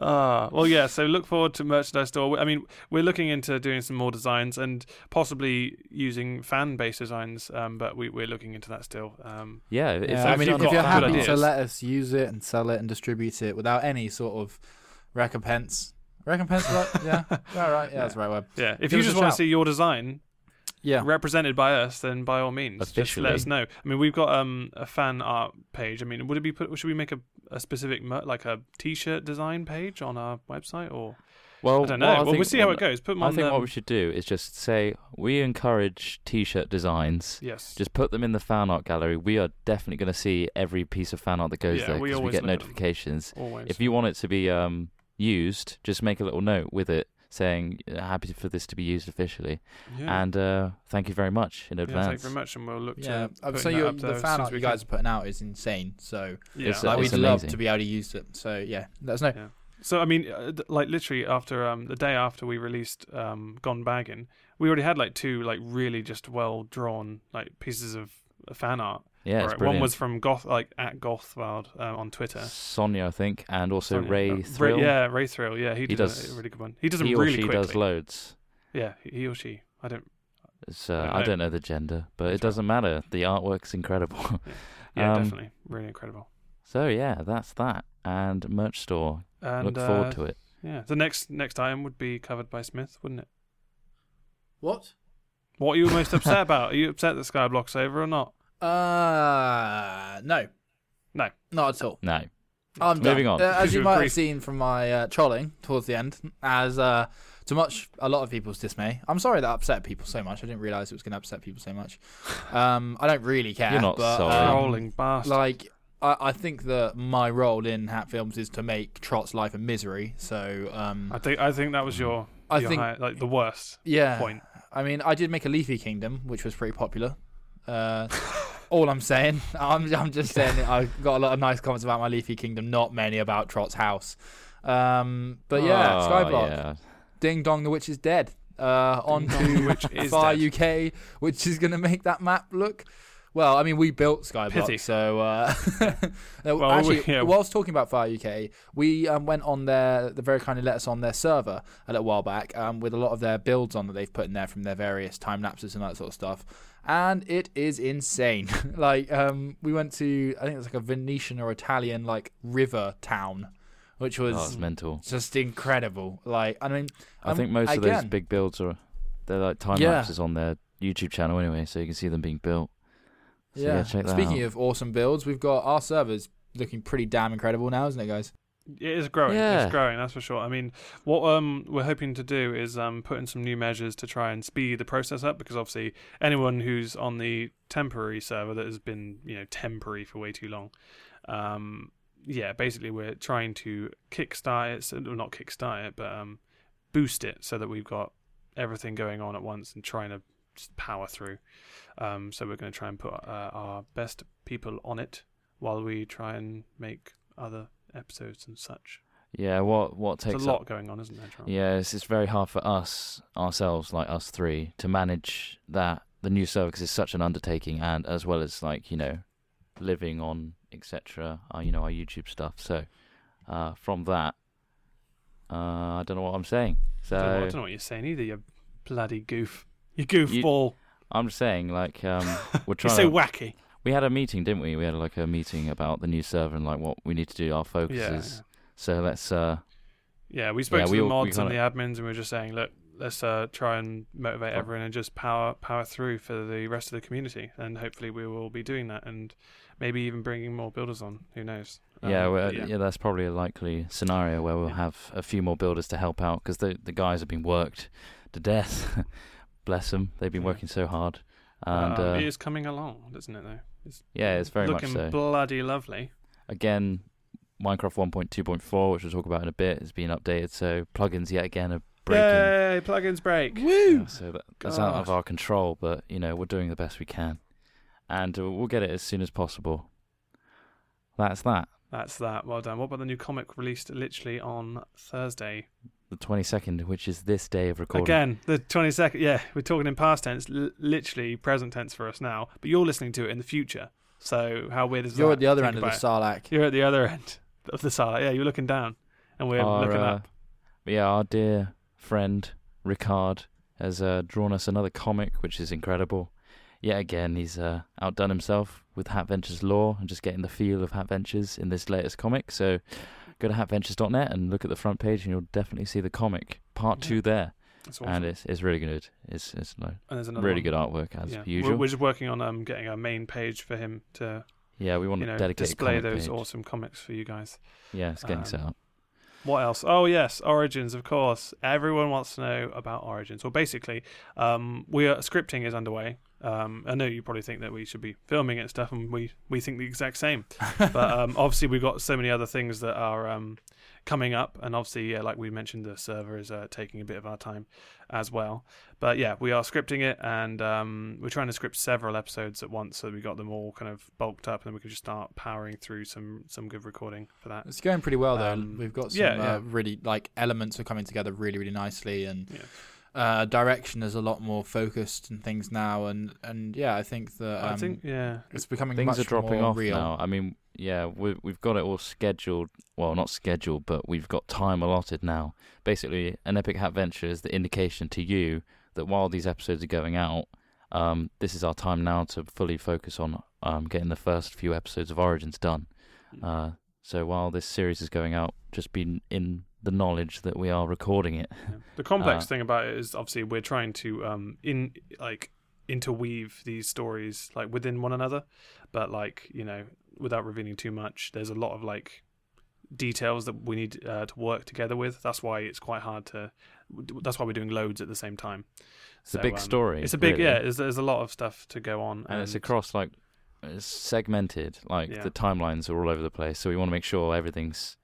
S2: Ah, well, yeah. So look forward to merchandise store. I mean, we're looking into doing some more designs and possibly using fan based designs, um, but we, we're looking into that still. Um,
S3: Yeah, if,
S1: Yeah,
S2: So
S1: I
S2: if
S1: mean,
S2: you've
S1: if
S2: got
S1: you're
S2: good
S1: happy to
S2: ideas-
S1: let us use it and sell it and distribute it without any sort of recompense, recompense, right? Yeah, all right. Yeah, that's the right word.
S2: yeah.
S1: Give
S2: If you
S1: us
S2: just
S1: a
S2: want
S1: shout.
S2: to see your design
S1: Yeah,
S2: represented by us, then by all means, just
S3: Officially.
S2: let us know. I mean, we've got um, a fan art page. I mean, would it be put? Should we make a, a specific mer- like a t-shirt design page on our website, or
S3: well,
S2: I don't know.
S3: what
S2: well,
S3: think-
S2: we'll see how it goes. Put them
S3: I
S2: on.
S3: think
S2: um,
S3: what we should do is just say we encourage t-shirt designs.
S2: yes,
S3: Just put them in the fan art gallery. We are definitely going to see every piece of fan art that goes
S2: Yeah,
S3: there
S2: we
S3: because we,
S2: always
S3: get
S2: look at them.
S3: notifications.
S2: always.
S3: If you want it to be um, used, just make a little note with it saying uh, happy for this to be used officially,
S2: yeah.
S3: and uh, thank you very much in
S2: yeah, thank you
S3: advance.
S2: very much, and we'll look
S1: yeah.
S2: to.
S1: Um,
S2: putting
S1: so
S2: that
S1: you,
S2: up there
S1: the
S2: as
S1: fan
S2: soon
S1: art
S2: as
S1: you
S2: we
S1: guys are
S2: can.
S1: putting out is insane. So
S2: Yeah.
S3: It's, uh,
S1: like,
S3: it's
S1: we'd love
S3: amazing.
S1: to be able to use it. So yeah, let us know.
S2: Yeah. so I mean, uh, th- like literally after um, the day after we released um, Gone Bagging, we already had like two like really just well drawn like pieces of uh, fan art.
S3: yeah, it's
S2: Right, One
S3: brilliant.
S2: was from Goth like at Gothwild uh, on Twitter.
S3: Sonia, I think, and also
S2: Sonia.
S3: Ray
S2: Uh,
S3: Thrill.
S2: yeah, Ray Thrill. Yeah, he, does
S3: does-
S2: a really good one. He does them
S3: he or
S2: really
S3: she
S2: quickly.
S3: does loads.
S2: yeah, he he or she. I don't.
S3: It's, uh,
S2: don't
S3: I
S2: know.
S3: don't know the gender, but it
S2: That's right.
S3: doesn't matter. The artwork's incredible.
S2: Yeah,
S3: Um,
S2: definitely, really incredible.
S3: so yeah, that's that. And merch store.
S2: And
S3: Look
S2: uh,
S3: forward to it.
S2: Yeah, the next next item would be covered by Smith, wouldn't it?
S1: What?
S2: What are you most upset about? Are you upset that Skyblock's over or not?
S1: Uh, no,
S2: No.
S1: not at all.
S3: No.
S1: I'm
S3: Moving
S1: done.
S3: on.
S1: Uh, as
S2: Because
S1: you
S2: you
S1: might
S2: agree.
S1: have seen from my uh, trolling towards the end, as uh, to much a lot of people's dismay, I'm sorry that upset people so much. I didn't realise it was going to upset people so much. Um, I don't really care.
S3: You're not
S1: but,
S3: sorry.
S1: um,
S2: Rolling bastard.
S1: like I, I think that my role in Hat Films is to make Trot's life a misery. So um,
S2: I think I think that was your
S1: I
S2: your
S1: think-
S2: high- like the worst
S1: yeah,
S2: point.
S1: I mean, I did make a Leafy Kingdom, which was pretty popular. Uh, all I'm saying, I'm, I'm just saying that I got a lot of nice comments about my Leafy Kingdom, not many about Trot's house. Um, but yeah,
S3: Oh,
S1: Skyblock,
S3: yeah.
S1: Ding Dong the Witch is dead. Uh, on to
S2: which is
S1: Far
S2: dead.
S1: UK, which is going to make that map look. Well, I mean, we built Skyblock,
S2: Pithy.
S1: so uh, no,
S2: Well,
S1: actually,
S2: we- yeah.
S1: whilst talking about Fire UK, we um, went on their the very kindly let us on their server a little while back um, with a lot of their builds on that they've put in there from their various time lapses and that sort of stuff, and it is insane. like um, we went to I think it was like a Venetian or Italian like river town, which was
S3: Oh, it's mental.
S1: just incredible. Like I mean,
S3: I
S1: um,
S3: think most of those
S1: again-
S3: big builds are they're like time
S1: Yeah.
S3: lapses on their YouTube channel anyway, so you can see them being built. So yeah, check that
S1: Speaking
S3: out.
S1: of awesome builds, we've got our servers looking pretty damn incredible now, isn't it, guys?
S2: It is growing.
S3: Yeah.
S2: It's growing, that's for sure. I mean, what um we're hoping to do is um put in some new measures to try and speed the process up because obviously anyone who's on the temporary server that has been, you know, temporary for way too long. Um yeah, basically we're trying to kickstart it, so, well, not kickstart it, but um boost it so that we've got everything going on at once and trying to just power through. Um so we're going to try and put uh, our best people on it while we try and make other episodes and such.
S3: Yeah, what what takes
S2: There's a
S3: up
S2: lot going on, isn't there, Charles?
S3: Yeah, it's, it's very hard for us ourselves, like us three, to manage that the new server 'cause it's such an undertaking, and as well as like you know, living on etc. Uh, you know our YouTube stuff. So uh, from that, Uh, I don't know what I'm saying.
S2: I don't know- I don't
S3: So
S2: know what you're saying either. You bloody goof. You goofball.
S3: I'm just saying, like, um, we're
S2: You, are
S3: trying.
S2: so
S3: to-
S2: wacky.
S3: we had a meeting, didn't we? We had like a meeting about the new server and like what we need to do, our
S2: Yeah.
S3: focuses. So let's. Uh,
S2: Yeah, we spoke
S3: Yeah,
S2: to
S3: we
S2: the
S3: all- we
S2: mods and the
S3: kinda-
S2: admins, and we were just saying, look, let's uh, try and motivate
S3: Fuck.
S2: everyone and just power power through for the rest of the community. And hopefully, we will be doing that, and maybe even bringing more builders on. Who knows? Um,
S3: yeah, well,
S2: but
S3: yeah, that's probably a likely scenario where we'll
S2: Yeah.
S3: have a few more builders to help out because the the guys have been worked to death. Bless them, they've been
S2: Yeah.
S3: working so hard, and
S2: Um,
S3: uh,
S2: it is coming along, isn't it? Though. It's
S3: yeah, it's very much
S2: looking
S3: so.
S2: bloody lovely.
S3: again, Minecraft 1.2.4, which we'll talk about in a bit, is being updated. So plugins yet again are breaking.
S2: Yay! Plugins break.
S3: Yeah, so that, that's out of
S2: God.
S3: our control, but you know we're doing the best we can, and uh, we'll get it as soon as possible. That's that.
S2: That's that. Well done. What about the new comic released literally on Thursday?
S3: The 22nd, which is this day of recording.
S2: Again, the 22nd. Yeah, we're talking in past tense, l- literally present tense for us now, but you're listening to it in the future. So, how weird is that?
S1: You're at the other
S2: Think
S1: end of the
S2: about it.
S1: Sarlacc.
S2: You're at the other end of the sala. Yeah, you're looking down, and we're
S3: Our,
S2: looking
S3: uh,
S2: up.
S3: Yeah, our dear friend Ricard has uh, drawn us another comic, which is incredible. Yet again, he's uh, outdone himself with Hat Ventures lore and just getting the feel of Hat Ventures in this latest comic. So go to hatventures.net and look at the front page, and you'll definitely see the comic part
S2: Yeah.
S3: two there,
S2: That's awesome.
S3: and
S2: And,
S3: it's it's really good. It's it's like,
S2: there's another
S3: really
S2: one.
S3: good artwork as
S2: yeah. We're-
S3: usual.
S2: We're, just working on um, getting a main page for him to
S3: yeah, we want
S2: you
S3: to
S2: know
S3: dedicate
S2: display
S3: comic
S2: those
S3: page.
S2: awesome comics for you guys.
S3: Yeah, it's getting
S2: um,
S3: set up.
S2: What else? Oh yes, Origins, of course. Everyone wants to know about Origins. Well, basically, um, we are scripting is underway. Um, I know you probably think that we should be filming it and stuff, and we we think the exact same. but um, obviously we've got so many other things that are um, coming up and obviously yeah, like we mentioned the server is uh, taking a bit of our time as well but yeah we are scripting it and um, we're trying to script several episodes at once so we got them all kind of bulked up and we can just start powering through some some good recording for that
S1: It's going pretty well though.
S2: Um,
S1: We've got some
S2: yeah, yeah.
S1: Uh, really like elements are coming together really really nicely, and
S2: Yeah.
S1: uh, direction is a lot more focused and things now, and and yeah, I think that um,
S2: i think yeah
S1: it's becoming
S3: things
S1: much
S3: are dropping
S1: more
S3: off
S1: real.
S3: now. I mean, yeah, we, we've got it all scheduled. Well, not scheduled, but we've got time allotted now. Basically, an epic hat venture is the indication to you that while these episodes are going out, um, this is our time now to fully focus on um, getting the first few episodes of Origins done.
S2: Mm.
S3: Uh, so while this series is going out, just be in the knowledge that we are recording it.
S2: Yeah. The complex
S3: Uh,
S2: thing about it is obviously we're trying to um in like interweave these stories like within one another, but like you know without revealing too much, there's a lot of like details that we need uh, to work together with. That's why it's quite hard to. That's why we're doing loads at the same time.
S3: It's a big story.
S2: um, It's a big
S3: really.
S2: yeah. There's, there's a lot of stuff to go on,
S3: and it's across like it's segmented like
S2: Yeah.
S3: the timelines are all over the place so we want to make sure everything's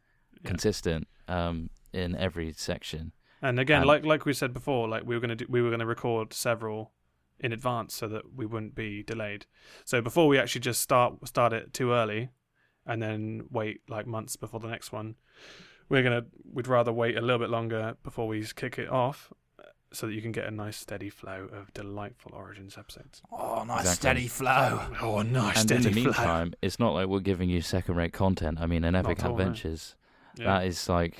S2: Yeah.
S3: consistent um in every section
S2: And again,
S3: And-
S2: like like we said before, like we were gonna do, we were gonna record several in advance so that we wouldn't be delayed. So before we actually just start start it too early, and then wait like months before the next one, we're gonna we'd rather wait a little bit longer before we kick it off, so that you can get a nice steady flow of delightful origins episodes.
S1: Oh, nice
S3: Exactly.
S1: steady flow.
S2: Oh, nice
S3: and in the meantime it's not like we're giving you second rate content i mean in epic
S2: at all, no.
S3: adventures
S2: Yeah.
S3: that is like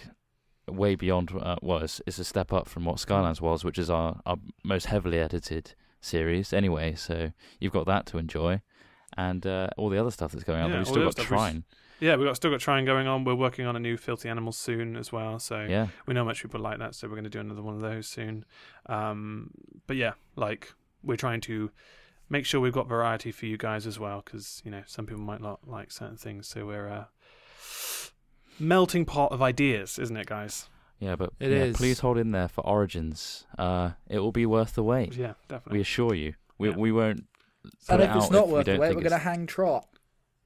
S3: way beyond uh, well it's, it's a step up from what skylands was which is our, our most heavily edited series anyway so you've got that to enjoy and uh, all the other stuff that's going on
S2: Yeah,
S3: but we've
S2: all
S3: still
S2: the
S3: got
S2: other stuff we s-
S3: trine
S2: yeah, we got still got trying going on. We're working on a new filthy animals soon as well. So
S3: yeah
S2: we know how much people like that, so we're going to do another one of those soon. Um, but yeah, like we're trying to make sure we've got variety for you guys as well, because you know some people might not like certain things. So we're a melting pot of ideas, isn't it, guys?
S3: Yeah, but
S1: It
S3: yeah,
S1: is.
S3: please hold in there for Origins. Uh, it will be worth the wait.
S2: Yeah,
S3: We
S2: definitely.
S3: assure you. We
S2: Yeah.
S3: we won't. put
S1: And
S3: it
S1: if it's
S3: out
S1: not
S3: we
S1: worth it,
S3: don't
S1: we're
S3: think
S1: going to
S3: it's-
S1: hang trot.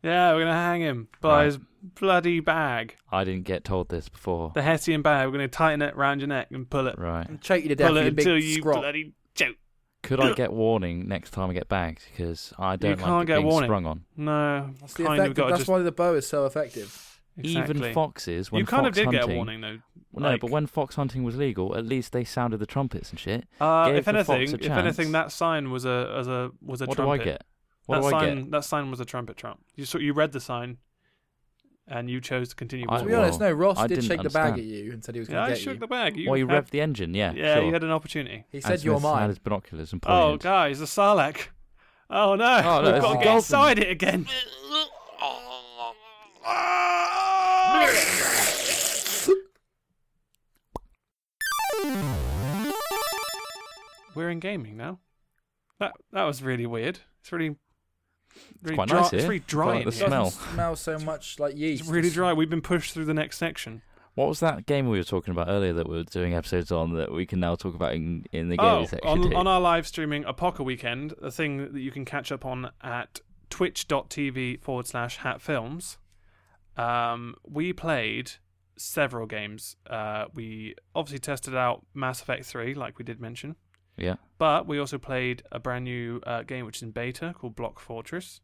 S2: yeah, we're going to hang him by
S3: Right.
S2: his bloody bag,
S3: I didn't get told this before.
S2: the Hessian bag. We're going to tighten it round your neck and pull it,
S3: Right?
S1: And choke you to death
S2: pull
S1: with
S2: it
S1: your big
S2: until you
S1: scrot.
S2: bloody choke.
S3: Could I get warning next time I get bagged? Because I don't like
S2: can't
S3: it
S2: get
S3: being
S2: warning.
S3: sprung on.
S2: No,
S1: That's, the
S2: kind of
S1: effective,
S2: got to
S1: that's
S2: just
S1: why the bow is so effective.
S2: exactly.
S3: Even foxes when
S2: you kind
S3: fox
S2: of did
S3: hunting.
S2: get a warning though.
S3: Well, no,
S2: like-
S3: but when fox hunting was legal, at least they sounded the trumpets and shit.
S2: Uh,
S3: gave
S2: if
S3: the fox
S2: anything,
S3: a
S2: if anything,
S3: chance.
S2: that sign was a as a was a
S3: what
S2: trumpet.
S3: do I get? What
S2: that
S3: do I
S2: sign
S3: get?
S2: that sign was a trumpet trump. You saw you read the sign, and you chose to continue.
S3: I-
S1: To
S2: walking.
S1: be honest, no. Ross
S3: I
S1: did
S3: didn't
S1: shake the bag
S3: understand.
S1: at you and said he was
S2: yeah,
S1: going
S2: I
S1: to get
S2: shook
S1: you.
S2: the bag. You
S3: Well, you
S2: had,
S3: revved the engine, yeah.
S2: yeah,
S3: sure.
S2: you had an opportunity.
S1: He
S3: Adam
S1: said, "You're
S3: Smith's Had
S1: mine."
S3: his binoculars and
S2: Oh,
S3: pointed.
S2: guys, the Sarlacc. Oh no,
S3: Oh, no,
S2: we've
S3: it's
S2: got to
S3: a
S2: get
S3: dolphin.
S2: inside it again. We're in gaming now. That that was really weird. It's really, really
S3: quite
S2: dry.
S3: nice
S2: it's
S3: here.
S2: really dry
S3: Quite
S2: in
S3: the
S2: here.
S1: Doesn't
S3: smell.
S1: smell so much like yeast.
S2: It's really dry. We've been pushed through the next section.
S3: What was that game we were talking about earlier that we were doing episodes on that we can now talk about in, in the gaming
S2: oh,
S3: section?
S2: on,
S3: too?
S2: on our live streaming Apoca Weekend, a thing that you can catch up on at twitch.tv forward slash hat films. Um, we played several games. Uh, we obviously tested out Mass Effect 3, like we did mention,
S3: Yeah.
S2: but we also played a brand new uh, game which is in beta called Block Fortress.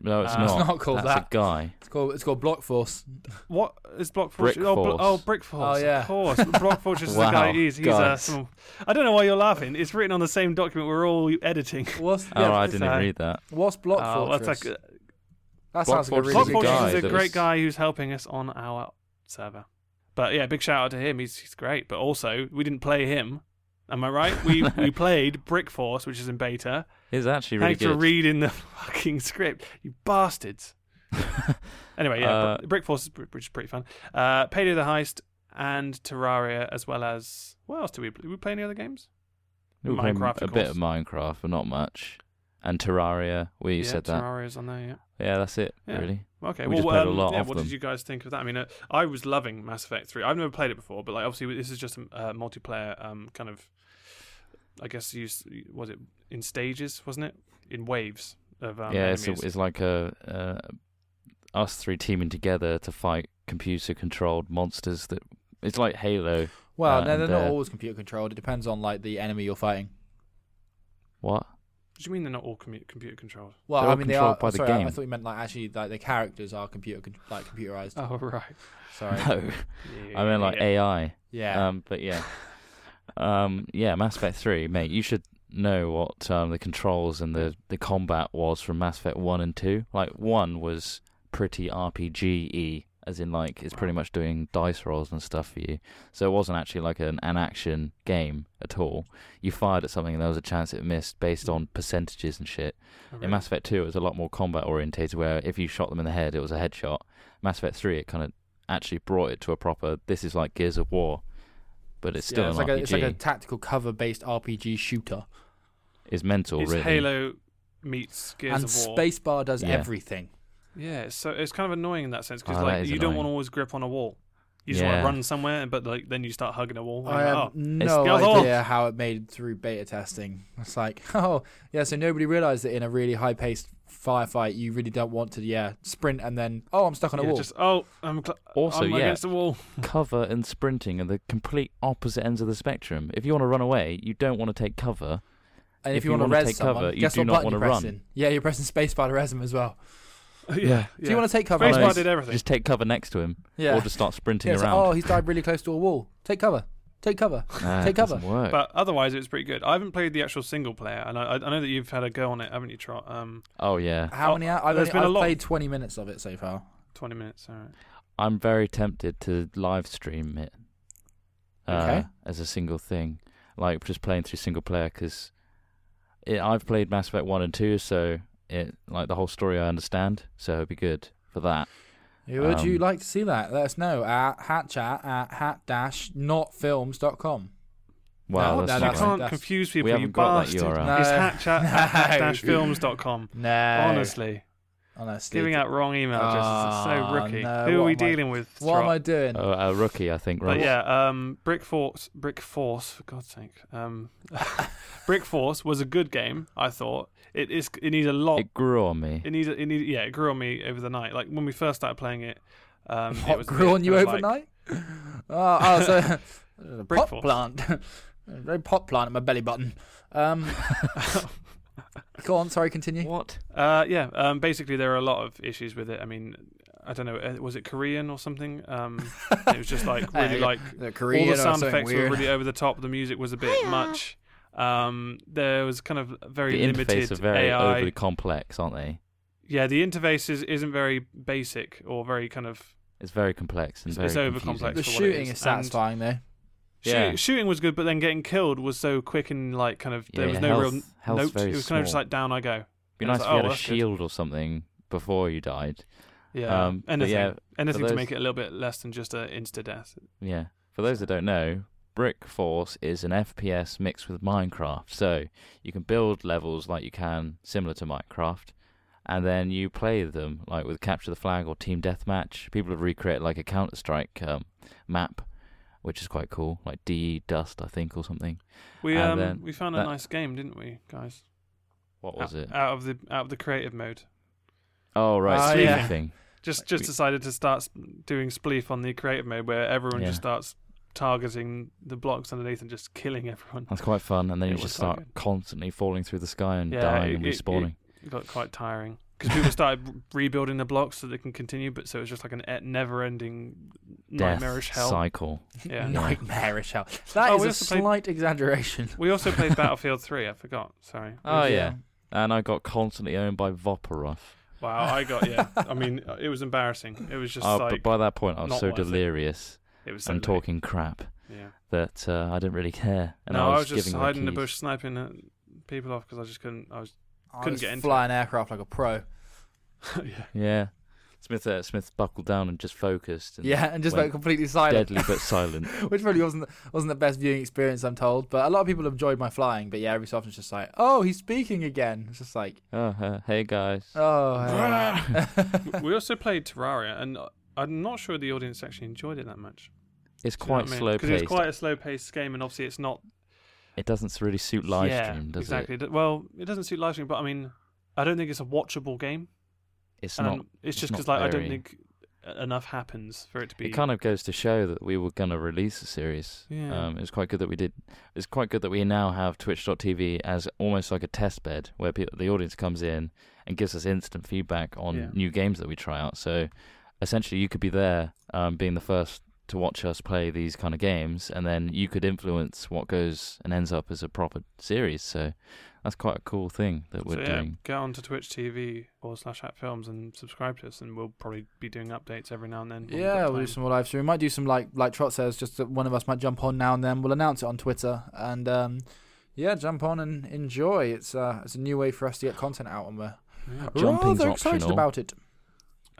S3: No, it's
S2: Uh,
S3: not.
S2: It's
S1: not called
S3: Oh, That's
S1: that.
S3: a guy.
S1: It's called it's called Block Force.
S2: What is Block
S3: Brick
S2: Fortress? oh, Bl-
S3: Force.
S2: oh, Brick Force.
S1: Oh, yeah.
S2: Of course. Block Fortress is the guy.
S3: Wow,
S2: He's, he's uh,
S3: guys.
S2: some, I don't know why you're laughing. It's written on the same document we're all editing.
S1: What's
S3: Oh,
S1: yeah,
S3: I
S2: it's
S3: didn't even
S2: a-
S3: read that.
S1: what's Block
S2: Uh, well, it's
S1: Fortress?
S2: like, uh,
S1: that
S3: Block
S1: sounds like a really
S3: Fortress
S2: Block
S1: good
S3: a guy
S2: Fortress is
S1: game.
S2: a
S3: that
S2: great
S3: was-
S2: guy who's helping us on our server. But yeah, big shout out to him. He's, he's great. But also, we didn't play him. Am I right? We we played Brick Force, which is in beta.
S3: It's actually really
S2: Thanks for
S3: good.
S2: reading the fucking script, you bastards. anyway, yeah,
S3: Uh,
S2: Br- Brick Force, is pr- which is pretty fun. Uh, Payday the Heist and Terraria, as well as what else did we play? Did we play any other games?
S3: We played
S2: Minecraft,
S3: a
S2: of
S3: bit
S2: course.
S3: of Minecraft, but not much. And Terraria, we
S2: yeah,
S3: said that.
S2: Terraria's on there. Yeah.
S3: Yeah, that's it.
S2: Yeah.
S3: Really.
S2: Okay,
S3: We
S2: well,
S3: just played a
S2: um,
S3: lot
S2: yeah,
S3: of
S2: what did
S3: them.
S2: you guys think of that? I mean, uh, I was loving Mass Effect Three. I've never played it before, but like obviously this is just a uh, multiplayer um, kind of. I guess you s- was it in stages, wasn't it? In waves of um,
S3: yeah, it's,
S2: enemies.
S3: it's like a uh, us three teaming together to fight computer-controlled monsters. That it's like Halo.
S1: Well,
S3: uh,
S1: no, they're
S3: and,
S1: not
S3: uh,
S1: always computer controlled. It depends on like the enemy you're fighting.
S3: What?
S2: What do you mean they're not all commu- computer controlled?
S1: Well,
S3: They're
S1: I
S3: all
S1: mean they
S3: controlled
S1: are.
S3: by
S1: I'm
S3: the
S1: sorry, I- I
S3: game.
S1: thought you meant like actually like the characters are computer con- like computerized.
S2: Oh right.
S1: Sorry.
S3: No,
S2: Yeah,
S3: I meant like
S2: yeah.
S3: AI.
S1: Yeah.
S3: Um, but yeah, um, yeah, Mass Effect Three, mate. You should know what um, the controls and the the combat was from Mass Effect One and Two. Like one was pretty RPG y, as in like it's pretty much doing dice rolls and stuff for you. So it wasn't actually like an, an action game at all. You fired at something and there was a chance it missed based on percentages and shit.
S2: Oh,
S3: In
S2: really?
S3: Mass Effect 2, it was a lot more combat orientated, where if you shot them in the head, it was a headshot. Mass Effect 3, it kind of actually brought it to a proper, this is like Gears of War, but it's still
S1: yeah,
S3: an
S1: it's like, a,
S3: RPG.
S1: it's like a tactical cover based RPG shooter.
S3: It's mental,
S2: it's
S3: really.
S2: Halo meets Gears
S1: and
S2: of War.
S1: Spacebar does
S3: Yeah.
S1: everything.
S2: Yeah, it's so it's kind of annoying in that sense because
S3: Oh, that
S2: like
S3: is
S2: you don't want to
S3: annoying.
S2: always grip on a wall. You just want
S3: Yeah.
S2: to run somewhere, but like then you start hugging a wall. and
S1: I
S2: you're
S1: have
S2: like, oh.
S1: no
S2: It's- Go
S1: idea how it made it through beta testing. It's like, oh, yeah, so nobody realized that in a really high paced firefight, you really don't want to, yeah, sprint and then, oh, I'm stuck on a
S2: Yeah,
S1: wall.
S2: just oh, I'm, cl-
S3: Also,
S2: I'm
S3: yeah.
S2: against the wall.
S3: cover and sprinting are the complete opposite ends of the spectrum. If you want to run away, you don't want to take cover.
S1: and if,
S3: if
S1: you,
S3: you
S1: want to
S3: wanna
S1: res
S3: take
S1: someone,
S3: cover, you
S1: guess
S3: do
S1: what
S3: not
S1: button
S3: wanna
S1: you're
S3: run.
S1: pressing? Yeah, you're pressing spacebar to res them as well.
S2: yeah.
S1: Do you want to take cover?
S2: Face
S3: Hello.
S2: Bar did everything.
S3: Just take cover next to him,
S1: yeah.
S3: or just start sprinting
S1: Yeah, it's like,
S3: around.
S1: oh, he's died really close to a wall. Take cover. Take cover.
S3: Nah, it
S1: take cover.
S3: doesn't Work.
S2: but otherwise, it was pretty good. I haven't played the actual single player, and I, I know that you've had a go on it, haven't you, Trot? Um,
S3: oh yeah,
S1: How
S2: Oh,
S1: many hours? I've,
S2: there's
S1: only,
S2: been a
S1: I've
S2: lot.
S1: played 20 minutes of it so far.
S2: twenty minutes. All right.
S3: I'm very tempted to live stream it uh,
S1: Okay.
S3: as a single thing, like just playing through single player because I've played Mass Effect one and two, so it like the whole story I understand, so it'd be good for that.
S1: Would you
S3: Um,
S1: like to see that? Let us know at hatchat at hat-notfilms.com.
S3: Wow,
S1: No,
S3: that's
S1: no,
S3: not
S1: that's-
S3: right.
S2: Can't
S1: that's-
S2: confuse people.
S3: we
S2: you
S3: haven't got that
S2: bastard.
S3: URL.
S1: No.
S2: It's hatchat at
S1: No.
S2: hatfilms.com.
S1: No.
S2: Honestly,
S1: Honestly.
S2: giving out wrong email addresses. it's
S1: Ah,
S2: so rookie.
S1: no,
S2: Who are
S1: what am
S2: we
S1: I-
S2: dealing with?
S1: What am
S2: Trot?
S1: I doing?
S3: Oh, a rookie, I think.
S2: But
S3: Right?
S2: yeah, um, Brick Force, Brick Force, for God's sake, um, Brick Force was a good game. I thought it is. It needs a lot. It,
S3: It grew on me.
S2: needs. It needs. Yeah, it grew on me over the night. Like when we first started playing it, um, it
S1: What
S2: was a
S1: grew
S2: bit
S1: on you
S2: kind of like-
S1: overnight? oh, oh, so a
S2: Brick
S1: pot
S2: force.
S1: plant. A Very pot plant at my belly button. Um, go on, sorry, continue.
S3: what?
S2: Uh, yeah. Um, basically, there are a lot of issues with it. I mean, I don't know. uh, Was it Korean or something? Um, it was just like really
S1: Uh,
S2: like
S1: the Korean
S2: all
S1: or
S2: the sound
S1: something
S2: effects
S1: weird.
S2: were really over the top. The music was a bit much. Um, there was kind of very
S3: The interface
S2: limited
S3: are very
S2: AI.
S3: overly complex, aren't they?
S2: yeah, the interface is, isn't very basic or very kind of
S3: It's very complex and
S2: It's-
S3: very
S2: it's
S3: confusing.
S2: overcomplex.
S1: The
S2: That's what it
S1: shooting
S2: is,
S1: is,
S2: and-
S1: satisfying though.
S3: Yeah.
S2: Shoot, shooting was good, but then getting killed was so quick and like kind of there
S3: Yeah,
S2: was no
S3: health-
S2: real
S3: health's
S2: note.
S3: very
S2: It was kind of just
S3: small.
S2: like down I go.
S3: It'd be
S2: and
S3: nice
S2: it's
S3: if
S2: like,
S3: you
S2: oh,
S3: had a
S2: that's good.
S3: shield or something before you died.
S2: Yeah,
S3: Um, but
S2: anything,
S3: yeah,
S2: anything
S3: those-
S2: to make it a little bit less than just a insta death.
S3: Yeah. For those that don't know, Brick Force is an FPS mixed with Minecraft. So you can build levels like you can, similar to Minecraft, and then you play them like with Capture the Flag or Team Deathmatch. People have recreated like a Counter Strike um, map, which is quite cool, like DE Dust, I think, or something.
S2: We
S3: And
S2: um
S3: then
S2: we found a
S3: that-
S2: nice game, didn't we, guys?
S3: What was
S2: out,
S3: it?
S2: out of the out of the creative mode?
S3: Oh right,
S1: Oh,
S3: Sleeping
S1: yeah.
S3: Thing.
S2: Just
S3: Like,
S2: just
S3: we-
S2: decided to start s- doing spleef on the creative mode, where everyone
S3: Yeah.
S2: just starts targeting the blocks underneath and just killing everyone.
S3: That's quite fun. And then
S2: It
S3: you
S2: was
S3: just
S2: quite
S3: start
S2: good.
S3: constantly falling through the sky and
S2: Yeah,
S3: dying
S2: it-
S3: and
S2: it- it-
S3: respawning.
S2: It got quite tiring because people started re- rebuilding the blocks so they can continue, but so it was just like an e- never-ending
S3: Death
S2: nightmarish hell.
S3: cycle.
S2: Yeah.
S1: Nightmarish hell. That
S2: Oh,
S1: is
S2: we
S1: a
S2: also played-
S1: slight exaggeration.
S2: We also played Battlefield 3. I forgot. Sorry.
S3: Oh yeah. And I got constantly owned by Voporoth.
S2: Wow, I got yeah. I mean, uh, it was embarrassing. It was just
S3: Oh,
S2: like
S3: but by that point, I was
S2: not
S3: so
S2: worth it.
S3: delirious
S2: it was. So
S3: and
S2: late.
S3: talking crap
S2: Yeah.
S3: that uh, I didn't really care. And
S2: no,
S3: I, was
S2: just
S3: giving
S2: hiding in
S3: the
S2: the
S3: keys.
S2: bush, sniping at people off because I just couldn't. I was.
S1: I
S2: Couldn't
S1: was
S2: get into
S1: flying aircraft like a pro.
S2: yeah.
S3: Yeah, Smith. Uh, Smith buckled down and just focused. And
S1: Yeah, and just
S3: went
S1: like completely silent,
S3: deadly but silent.
S1: which probably wasn't wasn't the best viewing experience, I'm told. But a lot of people enjoyed my flying. But yeah, every so often it's just like, oh, he's speaking again. It's just like,
S3: Oh, uh, hey guys.
S1: oh, hey.
S2: we also played Terraria, and uh, I'm not sure the audience actually enjoyed it that much.
S3: It's quite slow
S2: because
S3: paced.
S2: it's quite a slow-paced game, and obviously it's not
S3: It doesn't really suit live
S2: yeah,
S3: stream, does
S2: exactly.
S3: it?
S2: Do- Well, it doesn't suit live stream, but I mean, I don't think it's a watchable game,
S3: It's
S2: and
S3: not.
S2: I'm- it's
S3: it's
S2: just
S3: not
S2: because like I
S3: very-
S2: don't think uh, enough happens for it to be.
S3: It kind of goes to show that we were gonna release a series.
S2: Yeah.
S3: Um, it's quite good that we did. It's quite good that we now have Twitch.tv as almost like a test bed where people, the audience comes in and gives us instant feedback on
S2: Yeah.
S3: new games that we try out. So essentially, you could be there, um, being the first to watch us play these kind of games, and then you could influence what goes and ends up as a proper series. So that's quite a cool thing that we're
S2: so yeah,
S3: doing.
S2: get onto Twitch TV or slash at films and subscribe to us, and we'll probably be doing updates every now and then. when we've
S1: yeah,
S2: got
S1: we'll do
S2: time.
S1: some more live stream. We might do some like like Trot says, just that one of us might jump on now and then. We'll announce it on Twitter and um, yeah, jump on and enjoy. It's uh, it's a new way for us to get content out, and we're
S2: Yeah.
S3: Jumping's
S1: rather excited
S3: optional.
S1: about it.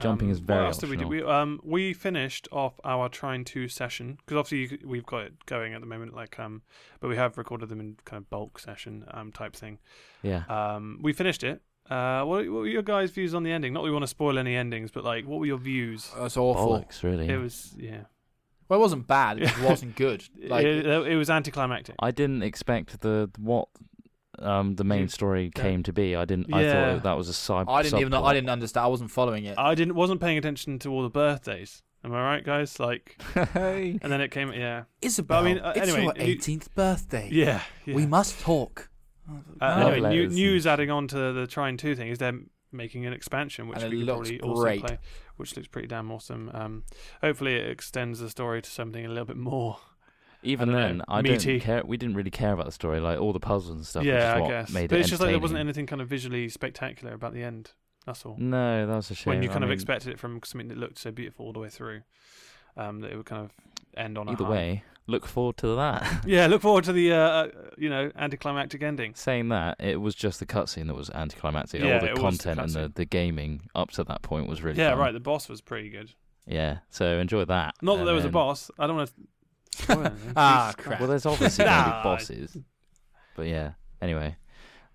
S3: Jumping
S2: Um,
S3: is very
S2: What else did
S3: optional.
S2: we do? We um we finished off our trying to session because obviously you, c- we've got it going at the moment, like um, but we have recorded them in kind of bulk session um type thing.
S3: Yeah.
S2: Um, we finished it. Uh, what, what were your guys' views on the ending? Not that we want to spoil any endings, but like, what were your views?
S1: It's awful.
S3: Bollocks, really.
S2: It was yeah,
S1: Well, it wasn't bad. It just wasn't good. Like
S2: it, it was anticlimactic.
S3: I didn't expect the what um, the main
S2: You-
S3: story
S2: yeah.
S3: came to be. I didn't. I
S2: Yeah.
S3: thought that was a side.
S1: I didn't even.
S3: subplot.
S1: I didn't understand. I wasn't following it.
S2: I didn't wasn't paying attention to all the birthdays. Am I right, guys? Like,
S3: Hey.
S2: and then it came. Yeah,
S1: Isabel,
S2: I mean, uh,
S1: it's
S2: anyway,
S1: your
S2: you-
S1: 18th birthday.
S2: yeah. yeah.
S1: We must talk.
S2: Uh,
S1: No.
S3: Love
S2: anyway, new,
S3: letters and-
S2: news adding on to the Trine 2 thing is they're making an expansion, which
S1: And it
S2: we could
S1: looks
S2: probably
S1: great.
S2: also play, which looks pretty damn awesome. Um, hopefully, it extends the story to something a little bit more.
S3: Even
S2: I don't know,
S3: then, I
S2: meaty.
S3: didn't care. We didn't really care about the story, like all the puzzles and stuff. which is
S2: yeah, I
S3: what
S2: guess.
S3: Made
S2: But
S3: it
S2: it's just like there wasn't
S3: entertaining.
S2: anything kind of visually spectacular about the end. That's all.
S3: No, that was a shame.
S2: when you
S3: I
S2: kind of
S3: mean,
S2: expected it from something that looked so beautiful all the way through, um, that it would kind of end on
S3: Either
S2: a high.
S3: way, look forward to that.
S2: Yeah, look forward to the uh, uh, you know anticlimactic ending.
S3: Saying that, it was just the cutscene that was anticlimactic.
S2: Yeah,
S3: all the
S2: it was the
S3: content and the,
S2: cutscene.
S3: the gaming up to that point was really
S2: yeah,
S3: fun.
S2: right. The boss was pretty good.
S3: Yeah, so enjoy that.
S2: Not that
S3: and
S2: there was a
S3: then-
S2: boss. I don't want to. spoil anything.
S1: Ah,
S2: Jesus Christ.
S1: crap.
S3: Well, there's obviously going to be
S2: Nah.
S3: bosses. But yeah, anyway,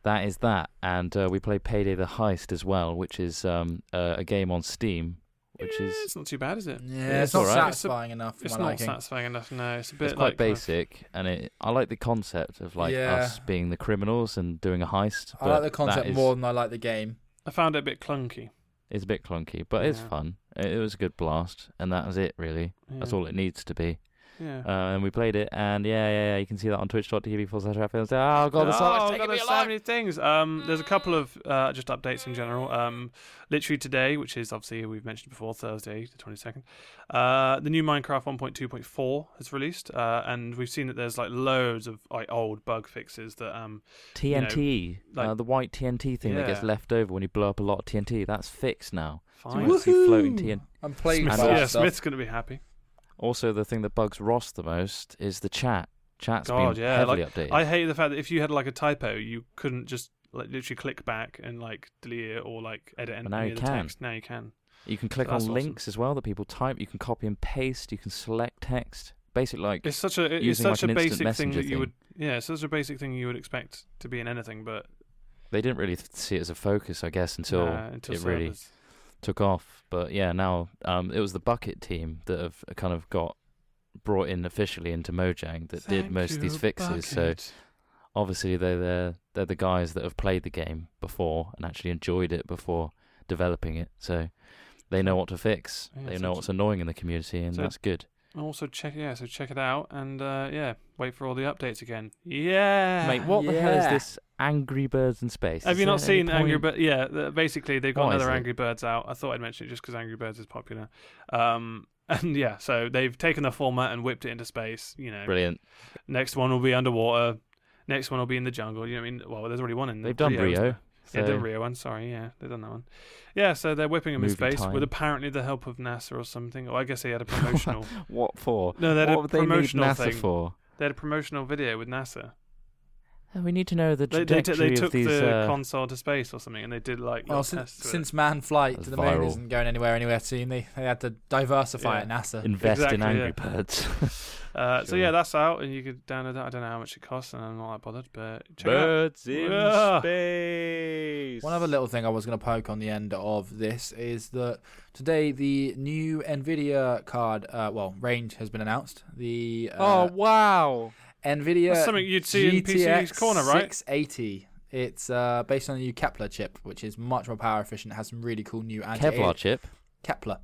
S3: that is that. And uh, we play Payday the Heist as well, which is um, uh, a game on Steam, which
S2: Yeah,
S3: is Mm,
S2: it's not too bad, is it?
S1: Yeah, it's,
S3: it's
S1: not
S3: alright.
S1: satisfying enough for
S2: It's
S1: my
S2: not
S1: liking.
S2: satisfying enough. No, it's a bit
S3: it's quite
S2: like kind of-
S3: basic. And it, I like the concept of like
S1: Yeah.
S3: us being the criminals and doing a heist.
S1: I like the
S3: but
S1: concept
S3: that is,
S1: more than I like the game.
S2: I found it a bit clunky.
S3: It's a bit clunky, but it's
S2: Yeah.
S3: fun. It, it was a good blast, and that was it really. That's
S2: Yeah.
S3: all it needs to be.
S2: Yeah.
S3: Uh, and we played it, and yeah, yeah, yeah, you can see that on twitch.tv forward slash Raphael. Oh god, the song's
S2: oh,
S3: taking
S2: God,
S3: me
S2: there's so
S3: alive. Mm.
S2: many things. Um, there's a couple of uh, just updates in general. Um, literally today, which is obviously we've mentioned before, Thursday the 22nd, uh, the new Minecraft 1.2.4 has released, uh, and we've seen that there's like loads of like old bug fixes that um, you know,
S3: TNT, uh,
S2: like-
S3: the white TNT thing that gets
S2: Yeah.
S3: left over when you blow up a lot of TNT, that's fixed now. So you
S2: fine.
S3: won't see floating
S1: Woohoo!
S3: TNT.
S1: I'm playing
S2: Smith-
S1: with
S3: all
S2: yeah,
S1: that stuff.
S2: Smith's gonna be happy.
S3: Also, the thing that bugs Ross the most is the chat. Chat's
S2: God,
S3: been
S2: yeah,
S3: heavily updated.
S2: I hate the fact that if you had like a typo, you couldn't just like literally click back and like delete it or like edit
S3: But now
S2: any
S3: you
S2: of the
S3: can.
S2: text. Now you can.
S3: you can click on
S2: That's awesome.
S3: links as well that people type. You can copy and paste. You can select text. Basically, like
S2: It's such a it- it's
S3: using, like,
S2: such
S3: an
S2: a
S3: instant
S2: basic thing
S3: messenger
S2: that you
S3: thing.
S2: would yeah, it's such a basic thing you would expect to be in anything, but
S3: they didn't really th- see it as a focus, I guess, until
S2: uh, until
S3: it really
S2: servers.
S3: took off. But yeah, now um, it was the Bucket team that have kind of got brought in officially into Mojang that did
S2: Thank
S3: most of these
S2: you,
S3: fixes. So
S2: Bucket.
S3: obviously they're the, they're the guys that have played the game before and actually enjoyed it before developing it. So they know what to fix.
S2: Yeah,
S3: they
S2: so
S3: know
S2: it's-
S3: what's annoying in the community, and
S2: so-
S3: that's good.
S2: And also check yeah, so check it out and uh, yeah, wait for all the updates again. Yeah,
S3: Mate, what the hell is
S1: Yeah.
S3: this Angry Birds in Space?
S2: Have
S3: Is
S2: you not
S3: there any
S2: seen Angry
S3: point?
S2: Birds? Yeah, the- basically they've got
S3: Why is
S2: another
S3: it?
S2: Angry Birds out. I thought I'd mention it just because Angry Birds is popular. Um, and yeah, so they've taken the format and whipped it into space. You know,
S3: Brilliant.
S2: next one will be underwater. Next one will be in the jungle. You know what I mean? Well, there's already one in
S3: They've done
S2: Rio, isn't
S3: Rio.
S2: there? yeah, the
S3: so-
S2: Rio one. Sorry, yeah, they've done that one. Yeah, so they're whipping them in
S3: Movie
S2: space
S3: time.
S2: with apparently the help of NASA or something. Or I guess they had a promotional.
S3: What for?
S2: no, they had
S3: what
S2: a
S3: would they need
S2: promotional
S3: NASA
S2: thing.
S3: for?
S2: They had a promotional video with NASA.
S3: Uh, We need to know the
S2: They, they, t-
S3: trajectory
S2: they took
S3: of these.
S2: the
S3: uh,
S2: console to space or something, and they did like
S1: Well,
S2: little
S1: since,
S2: tests with it.
S1: since man flight
S3: That's
S1: to the moon
S3: viral.
S1: isn't going anywhere anywhere soon, they, they had to diversify
S2: Yeah.
S1: at NASA.
S3: invest in
S2: Exactly,
S3: Angry
S2: yeah.
S3: Birds.
S2: Uh, So
S3: Sure.
S2: yeah, that's out, and you could download that. I don't know how much it costs, and I'm not that bothered. But check it out.
S3: Birds
S2: in Ah.
S3: space.
S1: One other little thing I was going to poke on the end of this is that today the new NVIDIA card, uh, well, range has been announced. The uh,
S2: Oh,
S3: Oh, wow!
S1: NVIDIA
S2: That's something you'd see in PC's
S1: GTX
S2: corner, right?
S1: 680. It's uh, based on the new Kepler chip, which is much more power efficient. Has some really cool new anti
S3: Kevlar chip.
S1: Kepler.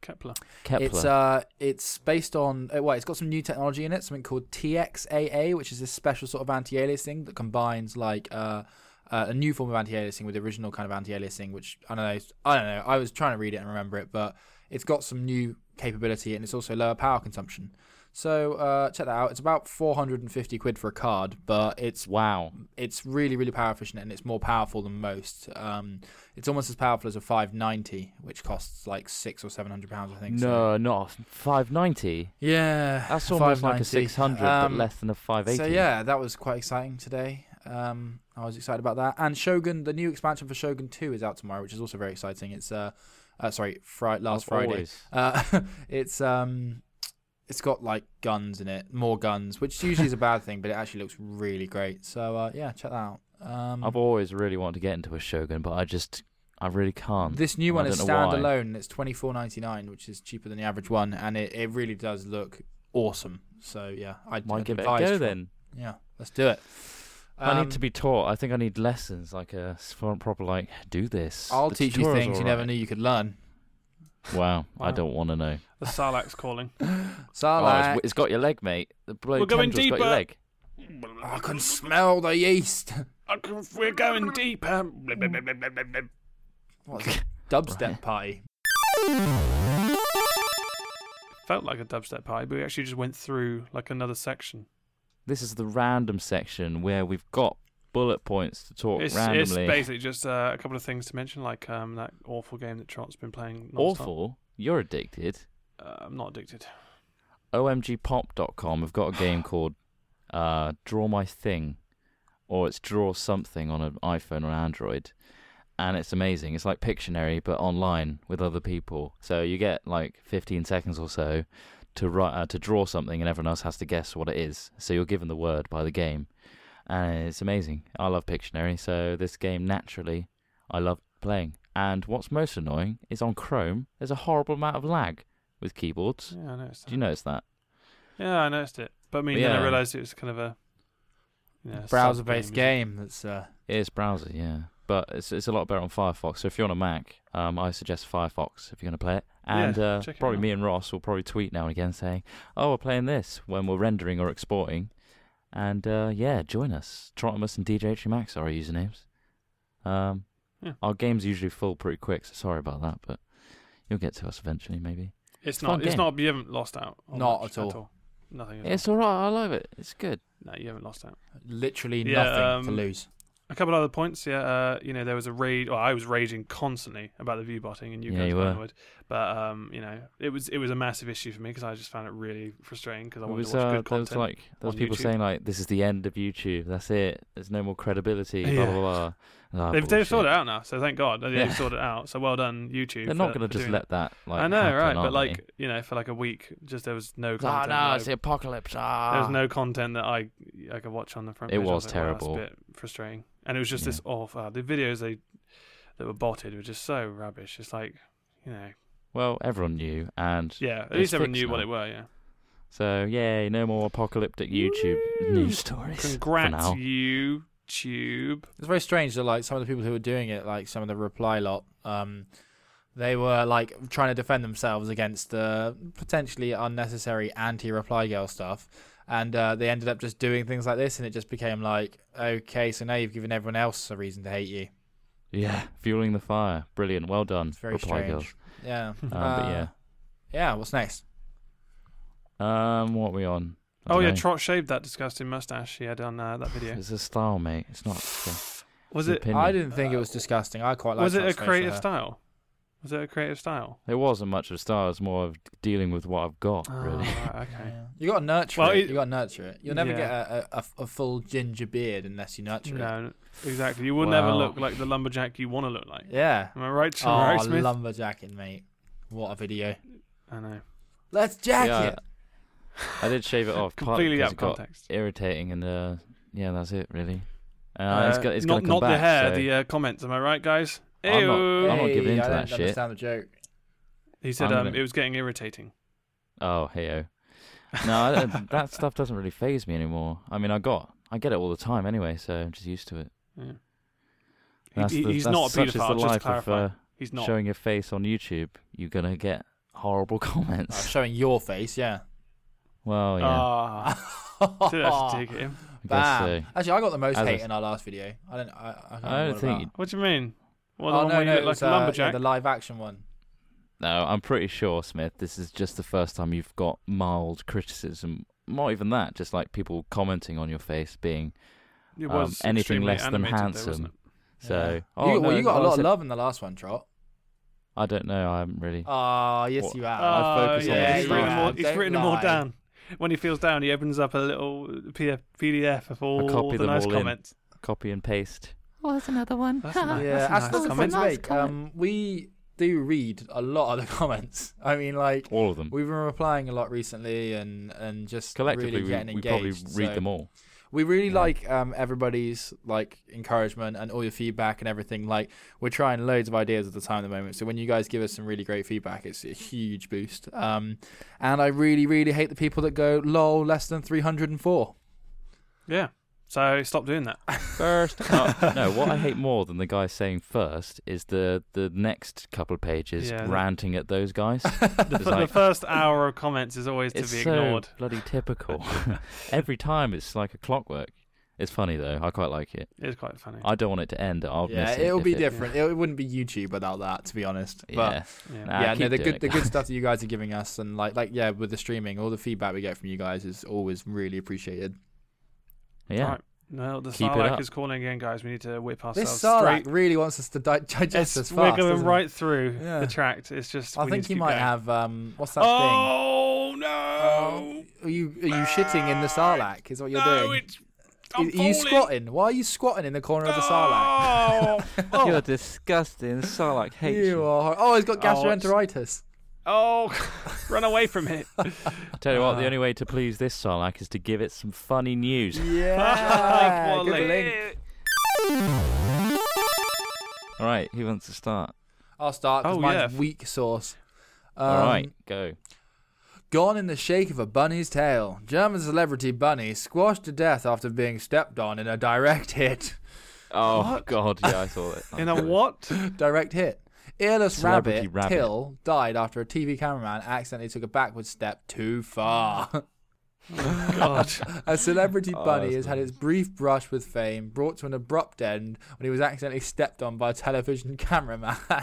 S2: Kepler.
S3: Kepler.
S1: It's uh, it's based on uh, well, it's got some new technology in it, something called TXAA, which is this special sort of anti-aliasing thing that combines like uh, uh, a new form of anti-aliasing with the original kind of anti-aliasing. Which I don't know, I don't know. I was trying to read it and remember it, but it's got some new capability and it's also lower power consumption. So uh, check that out. It's about 450 quid for a card, but it's
S3: wow.
S1: it's really really power efficient and it's more powerful than most. Um, it's almost as powerful as a 590, which costs like six or seven hundred pounds, I think. so.
S3: No, not five ninety.
S1: Yeah,
S3: That's almost like
S1: 590.
S3: a six hundred,
S1: Um,
S3: but less than a five eighty.
S1: So yeah, that was quite exciting today. Um, I was excited about that. And Shogun, the new expansion for Shogun Two is out tomorrow, which is also very exciting. It's uh, uh sorry, fri- last Friday.
S3: Always.
S1: Uh, it's um, it's got like guns in it, more guns, which usually is a bad thing, but it actually looks really great. So uh, yeah, check that out. Um,
S3: I've always really wanted to get into a Shogun, but I just, I really can't.
S1: This new
S3: I
S1: one
S3: don't
S1: is
S3: know why.
S1: standalone. and It's twenty four ninety nine, which is cheaper than the average one, and it, it really does look awesome. So yeah, I'd,
S3: Might
S1: I'd
S3: give it a
S1: advise
S3: go
S1: try-
S3: then.
S1: Yeah, let's do it.
S3: I
S1: Um,
S3: need to be taught. I think I need lessons, like a s- for- proper like do this.
S1: I'll
S3: The
S1: teach you
S3: tutorial's
S1: things you
S3: all
S1: never
S3: right.
S1: knew you could learn.
S3: Wow, I
S2: Wow.
S3: don't want to know.
S2: The Sarlacc's calling.
S3: Oh, it's,
S1: Sarlacc.
S3: w- it's got your leg, mate. The bloody
S2: We're going
S3: tendrils got your
S2: deeper.
S3: leg.
S1: Oh, I can smell the yeast.
S2: I can- We're going deeper.
S1: What's a dubstep
S3: Right.
S1: party?
S2: Felt like a dubstep party, but we actually just went through like another section.
S3: This is the random section where we've got bullet points to talk
S2: It's, it's
S3: randomly.
S2: basically just uh, a couple of things to mention, like um, that awful game that Trot's been playing. nonstop.
S3: Awful. You're addicted.
S2: Uh, I'm not addicted.
S3: OMGpop.com have got a game called uh, Draw My Thing, or it's Draw Something on an iPhone or Android, and it's amazing. It's like Pictionary but online with other people. So you get like 15 seconds or so to write uh, to draw something, and everyone else has to guess what it is. So you're given the word by the game, and it's amazing. I love Pictionary, so this game naturally I love playing. And what's most annoying is on Chrome, there's a horrible amount of lag with keyboards.
S2: Yeah, I noticed.
S3: Did
S2: That.
S3: you notice that?
S2: Yeah, I noticed it. But I mean, then
S3: Yeah.
S2: I realised it was kind of a you know,
S1: Browser-based
S2: sub-game,
S1: game.
S2: isn't
S1: That's uh,
S3: It is browser, yeah. But it's it's a lot better on Firefox. So if you're on a Mac, um, I suggest Firefox if you're going to play it. And
S2: Yeah,
S3: uh,
S2: check it
S3: probably
S2: out.
S3: me and Ross will probably tweet now and again saying, "Oh, we're playing this when we're rendering or exporting." And uh, yeah, join us. Trotimus and DJ Max are our usernames. Um,
S2: Yeah.
S3: Our game's usually full pretty quick, so sorry about that, but you'll get to us eventually, maybe.
S2: It's
S3: Fun
S2: not. It's
S3: game.
S2: not. You haven't lost out. on
S1: Not
S2: much
S1: at all.
S2: Nothing. At
S3: It's all right. I love it. It's good.
S2: all. No, you haven't lost out.
S1: Literally
S2: Yeah,
S1: nothing to
S2: um,
S1: lose.
S2: A couple other points. Yeah. Uh, you know, there was a rage. Well, I was raging constantly about the view botting, and you
S3: Yeah,
S2: guys
S3: you were.
S2: weren't. But um, you know, it was it was a massive issue for me because I just found it really frustrating because I
S3: It
S2: wanted
S3: was,
S2: to watch
S3: uh,
S2: good
S3: there was
S2: content.
S3: like there was
S2: on
S3: people
S2: YouTube.
S3: saying like this is the end of YouTube. That's it. There's no more credibility. Blah
S2: Yeah.
S3: blah blah. Nah,
S2: they've, they've sorted
S3: bullshit.
S2: it out now, so thank God they've
S3: Yeah.
S2: sorted it out. So well done, YouTube.
S3: They're not
S2: for-
S3: going to
S2: for
S3: just
S2: doing
S3: let that like.
S2: I know,
S3: happen,
S2: right?
S3: are
S2: But
S3: they?
S2: like, you know, for like a week, just there was no
S3: Ah,
S2: content.
S3: no,
S2: no-
S3: it's the apocalypse. Ah.
S2: there was no content that I I could watch on the front.
S3: It
S2: page. I
S3: was
S2: like, "Wow,
S3: terrible."
S2: that's a bit frustrating, and it was just
S3: Yeah.
S2: this awful. the videos they that were botted were just so rubbish. It's like, you know,
S3: Well, everyone knew, and
S2: yeah. At
S3: It's
S2: least everyone
S3: fixed
S2: knew what
S3: now.
S2: it were. Yeah.
S3: so yay, no more apocalyptic YouTube
S2: Woo!
S3: news stories. For
S2: Congrats,
S3: now.
S2: YouTube.
S1: It's very strange that like some of the people who were doing it, like some of the reply lot, um, they were like trying to defend themselves against the potentially unnecessary anti-reply girl stuff, and uh, they ended up just doing things like this, and it just became like, okay, so now you've given everyone else a reason to hate you.
S3: Yeah, fueling the fire. Brilliant. Well done.
S1: It's very
S3: Reply
S1: strange.
S3: girls.
S1: Yeah.
S3: Um,
S1: Uh,
S3: but yeah.
S1: Yeah. What's next?
S3: Um, what are we on? I
S2: Oh
S3: don't
S2: yeah,
S3: know.
S2: Trot shaved that disgusting mustache he had on uh, that video.
S3: It's a style, mate. It's not. It's
S2: Was
S3: an
S2: it
S3: opinion.
S1: I didn't think it was disgusting. I quite like.
S2: was it a
S1: Trump's facial
S2: creative
S1: hair.
S2: style? Was it a creative style?
S3: It wasn't much of a style. It's more of dealing with what I've got,
S2: Ah,
S3: really.
S2: right, okay.
S1: Yeah. You got to nurture
S2: Well,
S1: it.
S2: it-
S1: You got to nurture it. You'll never
S2: Yeah.
S1: get a, a- a, f- a full ginger beard unless you nurture it.
S2: No, exactly. You will never
S3: Wow.
S2: look like the lumberjack you want to look like.
S1: Yeah.
S2: Am I right, Sean
S3: Ah,
S1: Oh,
S2: Rice Smith?
S1: lumberjacking, mate. What a video.
S2: I know.
S1: Let's jack
S3: Yeah,
S1: it.
S3: I did shave it off. partly
S2: Completely
S3: 'cause
S2: out
S3: it
S2: of
S3: got
S2: context.
S3: irritating, and uh, yeah, that's it, really. Uh, it's
S2: Uh,
S3: go- it's
S2: not
S3: gonna come
S2: not
S3: back,
S2: the hair,
S3: so-
S2: the uh, comments. Am I right, guys?
S3: I'm not-
S2: Ew.
S3: I'm not giving in
S1: I
S3: to
S1: don't
S3: that shit.
S1: understand the joke.
S2: he said
S3: I'm
S2: um,
S3: gonna-
S2: it was getting irritating.
S3: Oh, heyo. No, I don't- that stuff doesn't really phase me anymore. I mean, I got, I get it all the time anyway, so I'm just used to it.
S2: Yeah. He-
S3: That's
S2: he-
S3: the-
S2: he's
S3: that's
S2: not a
S3: such is the
S2: paedophile. Just to
S3: life of,
S2: clarify,
S3: uh,
S2: he's not.
S3: showing your face on YouTube. You're gonna get horrible
S1: Oh,
S2: Uh,
S3: comments.
S1: showing your face, yeah.
S3: well, yeah,
S2: Ah, did I dig him?
S3: I
S1: Bam.
S3: guess so.
S1: Actually, I got the most
S3: As I
S1: hate
S3: s-
S1: in our last video. I don't. I, I, can't
S3: I
S1: remember
S3: don't
S1: what
S3: think
S1: about.
S2: What do you mean? Well, the
S1: Oh
S2: one
S1: no,
S2: where you
S1: no,
S2: look
S1: it
S2: like
S1: was
S2: a
S1: uh,
S2: lumberjack.
S1: yeah, the live action one.
S3: No, I'm pretty sure, Smith. This is just the first time you've got mild criticism. Not even that, just like people commenting on your face being
S2: it
S3: um,
S2: was
S3: anything
S2: extremely
S3: less than
S2: animated though,
S3: handsome.
S2: wasn't it?
S3: so.
S1: Yeah.
S3: Oh,
S1: you, well,
S3: no,
S1: you got a
S3: I
S1: lot of
S3: said-
S1: love in the last one, Trot.
S3: I don't know. I haven't really.
S1: Oh, yes,
S3: What?
S1: you have.
S3: Uh, I focus
S2: Oh,
S3: on
S2: yeah,
S3: the
S2: he's written, them all,
S1: style.
S2: he's
S1: Don't
S2: written them all
S1: lie.
S2: down. When he feels down, he opens up a little PF, PDF of all
S3: copy
S2: the
S3: them
S2: nice
S3: all in.
S2: comments.
S3: Copy and paste.
S4: Oh, that's another one.
S2: That's a nice-
S1: yeah,
S2: that's
S1: that's the
S2: a nice comment.
S1: point to make. Um, we do read a lot of the comments. I mean, like
S3: All of them.
S1: we've been replying a lot recently, and and just
S3: Collectively,
S1: really
S3: we-
S1: getting
S3: we,
S1: engaged.
S3: probably read
S1: so-
S3: them all.
S1: We really
S3: Yeah.
S1: like um, everybody's like encouragement and all your feedback and everything. Like we're trying loads of ideas at the time at the moment. So when you guys give us some really great feedback, it's a huge boost. Um, and I really, really hate the people that go lol less than three hundred and four.
S2: Yeah. So stop doing that.
S3: First, no, no, what I hate more than the guy saying first is the the next couple of pages
S2: Yeah.
S3: ranting at those guys.
S2: The,
S3: It's
S2: fir-
S3: like-
S2: the first hour of comments is always to
S3: it's
S2: be
S3: so
S2: ignored.
S3: bloody typical. Every time it's like a clockwork. It's funny though. I quite like it.
S2: It's quite funny.
S3: I don't want it to end. I'll
S1: yeah,
S3: miss it.
S1: will
S3: if
S1: be
S3: it-
S1: different. It wouldn't be YouTube without that, to be honest. But
S3: Yeah.
S2: Yeah.
S3: Nah,
S1: yeah, no,
S3: keep
S1: the
S3: doing
S1: good
S3: it,
S1: the
S3: guys.
S1: good stuff that you guys are giving us, and like like yeah, with the streaming, all the feedback we get from you guys is always really appreciated.
S3: Yeah.
S2: Right. No, the
S3: Keep it
S2: Sarlacc
S3: up.
S2: is calling again, guys. We need to whip ourselves
S1: this Sarlacc
S2: straight.
S1: really wants us to di- digest us
S2: It's-
S1: fast.
S2: we're going
S1: doesn't he?
S2: right through
S1: Yeah.
S2: the tract. It's just.
S1: I
S2: we need
S1: think
S2: to
S1: he
S2: keep
S1: might
S2: going.
S1: have um, what's that thing?
S2: Oh no!
S1: Are you are you shitting in the Sarlacc? Is what Oh, you're
S2: no,
S1: doing?
S2: it's.
S1: Are-
S2: I'm
S1: are you
S2: falling.
S1: squatting? Why are you squatting in the corner of the Sarlacc?
S2: Oh, oh,
S3: You're disgusting. Sarlacc hates you.
S1: You are. Oh, he's got
S2: Oh, it's-
S1: gastroenteritis.
S2: oh, run away from it.
S3: I tell you what, the
S2: Ah.
S3: only way to please this Sarlacc is to give it some funny news.
S1: yeah.
S2: Like,
S1: Ah, good
S2: Wally.
S1: link.
S3: All right, who wants to start?
S1: I'll start 'cause
S2: Oh,
S1: mine's
S2: yeah.
S1: weak sauce.
S3: All
S1: Um,
S3: right, go.
S1: Gone in the shake of a bunny's tail. German celebrity bunny squashed to death after being stepped on in a direct hit.
S3: Oh
S2: What?
S3: God, yeah, I saw it.
S2: In a what?
S1: direct hit. Earless
S3: Celebrity
S1: Rabbit,
S3: rabbit.
S1: Till died after a TV cameraman accidentally took a backward step too far.
S2: God.
S1: a celebrity
S3: Oh,
S1: bunny
S3: that's
S1: has had
S3: nice.
S1: its brief brush with fame brought to an abrupt end when he was accidentally stepped on by a television cameraman.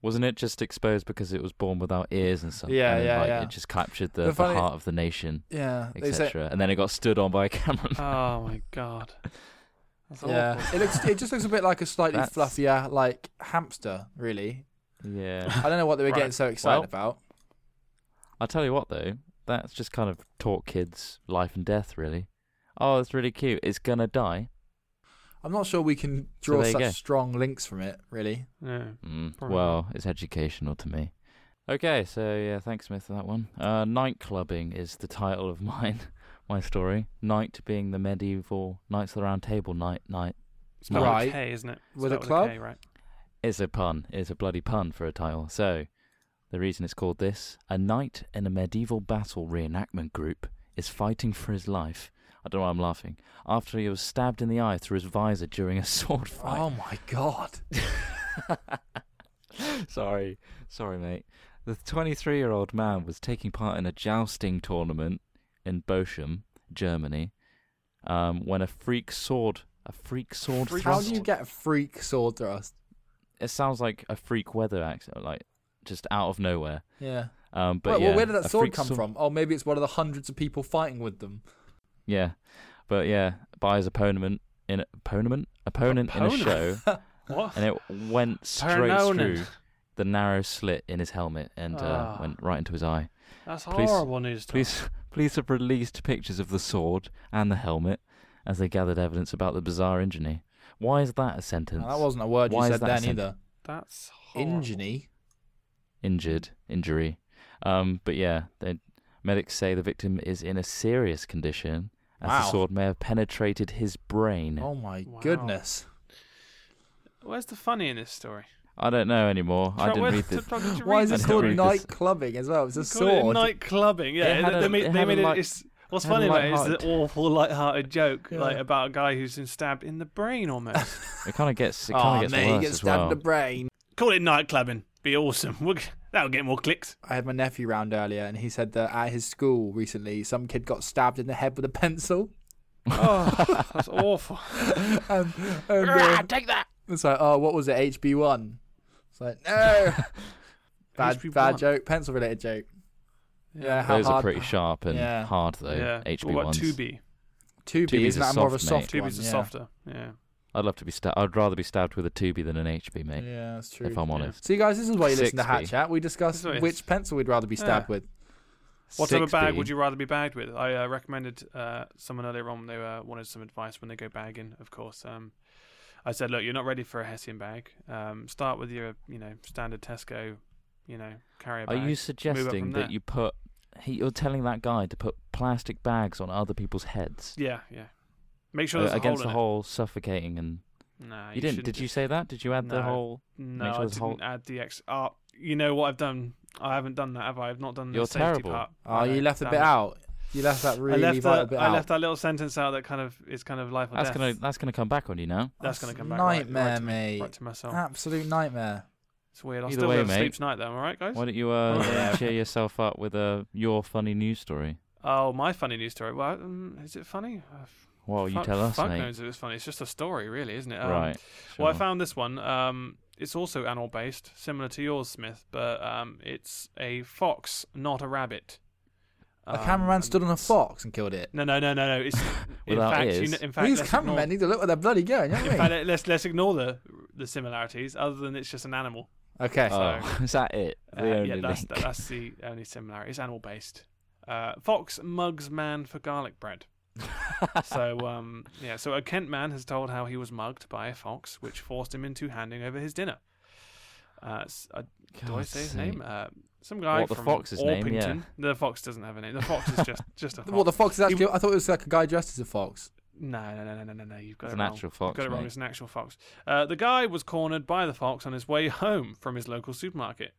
S3: Wasn't it just exposed because it was born without ears and stuff?
S1: Yeah,
S3: and,
S1: yeah,
S3: like,
S1: yeah.
S3: It just captured
S1: The
S3: the, the,
S1: funny-
S3: heart of the nation,
S1: yeah, they say
S3: etc. And then it got stood on by a cameraman.
S2: Oh my god. That's
S1: Yeah,
S2: awful.
S1: it looks. It just looks a bit like a slightly
S3: That's-
S1: fluffier, like hamster. Really,
S3: yeah.
S1: I don't know what they were
S2: Right.
S1: getting so excited
S3: Well-
S1: about.
S3: I'll tell you what though, that's just kind of taught kids life and death really. Oh, it's really cute. It's gonna die.
S1: I'm not sure we can
S3: So
S1: draw
S3: there you
S1: such
S3: go.
S1: strong links from it. Really,
S2: Yeah.
S3: Mm,
S2: Probably
S3: well, it's educational to me. Okay, so yeah, thanks Smith for that one. Uh, night clubbing is the title of mine, my story. Night being the medieval Knights of the Round Table night night.
S2: It's spelled
S1: Right.
S2: with a K, isn't it?
S1: With a
S2: Spelled
S1: club?
S2: K, right?
S3: It's a pun. It's a bloody pun for a title. So, the reason it's called this: a knight in a medieval battle reenactment group is fighting for his life. I don't know why I'm laughing. After he was stabbed in the eye through his visor during a sword fight.
S1: oh my god!
S3: sorry, sorry, mate. The 23 year old man was taking part in a jousting tournament in Bochum, Germany, um, when a freak sword, a freak sword
S2: Freak
S1: How
S3: thrust.
S1: do you get freak sword thrust?
S3: It sounds like a freak weather accident, like just out of nowhere.
S1: Yeah.
S3: Um, but
S1: Wait,
S3: yeah,
S1: well, where did
S3: a
S1: that sword
S3: freak
S1: come from? Oh, maybe it's one of the hundreds of people fighting with them.
S3: Yeah, but yeah, by his opponent in opponent opponent in a show,
S2: Opponent? What?
S3: and it went straight
S2: Pernonen.
S3: through the narrow slit in his helmet and uh,
S2: Ah.
S3: went right into his eye.
S2: That's
S3: Please-
S2: horrible news. Tom.
S3: Police, police have released pictures of the sword and the helmet as they gathered evidence about the bizarre injury. Why is that a sentence?
S1: Now, that wasn't a word
S3: Why
S1: you said
S3: is that
S1: then
S3: sent-
S1: either.
S2: That's horrible.
S1: Injury.
S3: Injured, injury. Um, but yeah, they, medics say the victim is in a serious condition as
S1: Wow.
S3: the sword may have penetrated his brain.
S1: Oh my
S2: Wow.
S1: goodness!
S2: Where's the funny in this story?
S3: I don't know anymore. I
S2: Tra-
S3: didn't
S2: where-
S3: read this.
S2: Tra- did you
S1: Why
S2: read
S1: is
S3: I
S1: it
S2: this
S3: didn't
S1: called
S2: story?
S3: read
S1: night
S3: this.
S1: clubbing as well? It's a
S2: They call it
S1: sword.
S2: night clubbing.
S3: It
S2: Yeah,
S3: had
S2: they,
S3: a-
S2: they made,
S3: it
S2: they
S3: had a
S2: made it.
S3: light-
S2: It's, what's
S3: it had a
S2: funny about it is
S3: light-hearted-
S2: the awful light-hearted joke,
S1: Yeah.
S2: like about a guy who's been stabbed in the brain almost.
S3: It kind of gets. It kind of
S1: oh
S3: gets
S1: man,
S3: worse
S1: you get
S3: as
S1: stabbed
S3: well.
S1: in the brain.
S2: Call it night clubbing. Be awesome. We'll, g- that'll get more clicks.
S1: I had my nephew round earlier, and he said that at his school recently, some kid got stabbed in the head with a pencil.
S2: Oh, that's awful.
S1: Um, and, uh,
S3: take that.
S1: it's like, oh, what was it? HB one. It's like, no, bad,
S2: HB1.
S1: bad joke, pencil related joke. Yeah, how
S3: Those are
S1: hard?
S3: pretty sharp and
S1: Yeah.
S3: hard though.
S2: yeah.
S3: HB
S2: What
S3: ones.
S2: two B?
S1: Two B
S3: 2B
S1: isn't
S3: is a
S1: that more of a
S3: soft,
S1: soft
S2: Two
S1: one?
S2: B's are
S1: yeah.
S2: softer. Yeah.
S3: I'd love to be stabbed. I'd rather be stabbed with a two B than an HB, mate.
S1: Mm, Yeah, that's true.
S3: if I'm
S2: yeah.
S3: honest.
S1: So you guys, this is why you listen to
S3: 6B.
S1: Hat Chat. We discuss
S2: That's what it is.
S1: which pencil we'd rather be stabbed with.
S2: What type of bag would you rather be bagged with? I uh, recommended uh, someone earlier on. They uh, wanted some advice when they go bagging. Of course, um, I said, look, you're not ready for a Hessian bag. Um, start with your, you know, standard Tesco, you know, carrier
S3: Are
S2: bag.
S3: you suggesting
S2: there.
S3: that you put? He, you're telling that guy to put plastic bags on other people's heads
S2: yeah, yeah. Make sure
S3: uh,
S2: there's a hole
S3: against
S2: in
S3: the whole suffocating and
S2: It. Nah,
S3: you, didn't.
S2: shouldn't
S3: Did
S2: do-
S3: you say that? Did you add
S2: No.
S3: the whole?
S2: No,
S3: make sure
S2: I
S3: there's a
S2: didn't
S3: hole-
S2: add the X. Oh, you know what I've done? I haven't done that, have I? I've not done the
S3: You're
S2: safety
S3: terrible.
S2: part.
S1: Oh,
S2: I know,
S1: you left a
S2: damn
S1: bit
S2: it.
S1: out. You left that really
S2: I left
S1: vital
S2: that.
S1: bit
S2: I
S1: out.
S2: left that little sentence out that kind of is kind of life or
S3: That's
S2: death.
S3: gonna. That's gonna come back on you now.
S1: That's
S2: That's gonna come back. right- right
S1: nightmare,
S2: to me,
S1: mate.
S2: Right to myself.
S1: Absolute nightmare.
S2: It's weird. I'll
S3: Ah. Either
S2: still
S3: way,
S2: be able to sleep
S3: mate.
S2: tonight, though. All right, guys.
S3: Why don't you
S2: Oh,
S3: uh,
S1: Yeah.
S3: cheer yourself up with uh, your funny news story?
S2: Oh, my funny news story. Well, um, is it funny? Uh,
S3: Well, you
S2: fuck-
S3: tell us,
S2: Fuck
S3: mate.
S2: knows if it's funny. It's just a story, really, isn't it? Um,
S3: right.
S2: Well, I
S3: sure.
S2: found this one. Um, it's also animal based, similar to yours, Smith, but um, it's a fox, not a rabbit.
S1: A
S2: Um,
S1: cameraman
S2: and
S1: stood on a
S2: it's-
S1: fox and killed it.
S2: No, no, no, no, no. It's in
S3: Without
S2: fact, you,
S3: ears.
S2: kn- in fact,
S1: These
S2: let's ignore-
S1: cameramen need to look where they're bloody going, don't
S2: in fact,
S1: they?
S2: let- let's let's ignore the the similarities, other than it's just an animal.
S1: Okay.
S3: Oh, is that it? The
S2: Uh,
S3: only
S2: yeah, that's
S3: link.
S2: that's the only similarity. It's animal based. Uh, fox mugs man for garlic bread. so um, yeah, so a Kent man has told how he was mugged by a fox, which forced him into handing over his dinner. Uh, s- uh, do I
S3: God's
S2: say his
S3: sake.
S2: name? Uh, some guy
S3: What, the
S2: from
S3: fox's name? Yeah.
S2: Orpington. The fox doesn't have a name. The fox is just just a fox.
S1: What the fox is
S2: He-
S1: actually? I thought it was like a guy dressed as a fox.
S2: No, no, no, no, no, no, no. You've got
S3: It's
S2: it
S3: an
S2: wrong.
S3: actual fox,
S2: Got it wrong.
S3: mate.
S2: It's an actual fox. Uh, the guy was cornered by the fox on his way home from his local supermarket.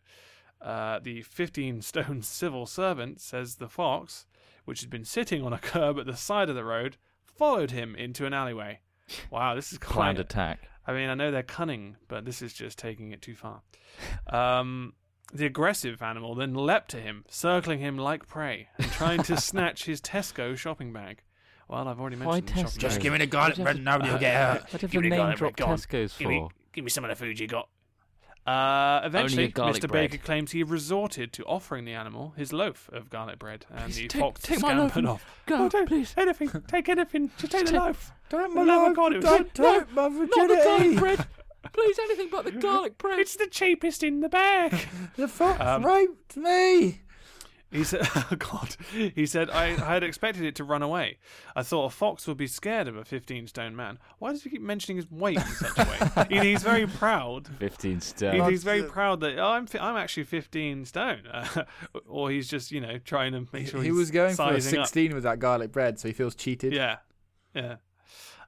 S2: Uh, the 15 stone civil servant says the fox, which had been sitting on a curb at the side of the road, followed him into an alleyway. Wow, this is
S3: Planned
S2: quite
S3: attack.
S2: I mean, I know they're cunning, but this is just taking it too far. Um, the aggressive animal then leapt to him, circling him like prey and trying to snatch his Tesco shopping bag. Well, I've already
S3: Why
S2: mentioned the shopping
S3: Tesco?
S2: bag.
S3: Just give
S1: me the
S3: garlic bread and
S1: now you'll get hurt.
S3: What have
S2: Give me the
S3: the name
S2: garlic bread,
S3: drop
S2: go on.
S3: Tesco's for?
S2: Give me, give me some of the food you got. Uh, eventually,
S3: a garlic
S2: Mr.
S3: bread.
S2: Baker claims he resorted to offering the animal his loaf of garlic bread, and
S3: Please
S2: the
S3: take-
S2: fox
S3: take my loaf
S2: scampered
S3: and-
S2: off.
S3: Go,
S2: Oh, don't-
S3: please.
S2: Anything, take anything, just take the
S3: take-
S2: loaf.
S1: Don't
S2: my love, God, it was-
S1: Don't
S3: No,
S1: take my
S3: Not the garlic
S1: virginity.
S3: bread. Please, anything but the garlic bread.
S2: It's the cheapest in the bag.
S1: The fox
S2: Um,
S1: raped me.
S2: He said, oh God. He said, I, I had expected it to run away. I thought a fox would be scared of a 15 stone man. Why does he keep mentioning his weight in such a way? He- he's very proud.
S3: 15
S2: He-
S3: stone.
S2: he's very proud that oh, I'm, fi- I'm actually 15 stone. or he's just, you know, trying to make sure
S1: He
S2: he's
S1: was going for a
S2: sizing up.
S1: 16 with that garlic bread, so he feels cheated.
S2: Yeah, yeah.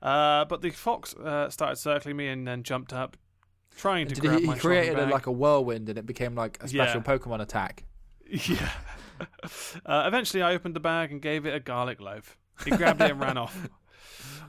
S2: Uh, but the fox uh, started circling me and then jumped up, trying to
S1: Did
S2: grab
S1: he, he
S2: my
S1: created
S2: shopping
S1: a,
S2: bag.
S1: like a whirlwind and it became like a special
S2: Yeah.
S1: Pokemon attack.
S2: Yeah. Uh, eventually, I opened the bag and gave it a garlic loaf. He grabbed it and ran off.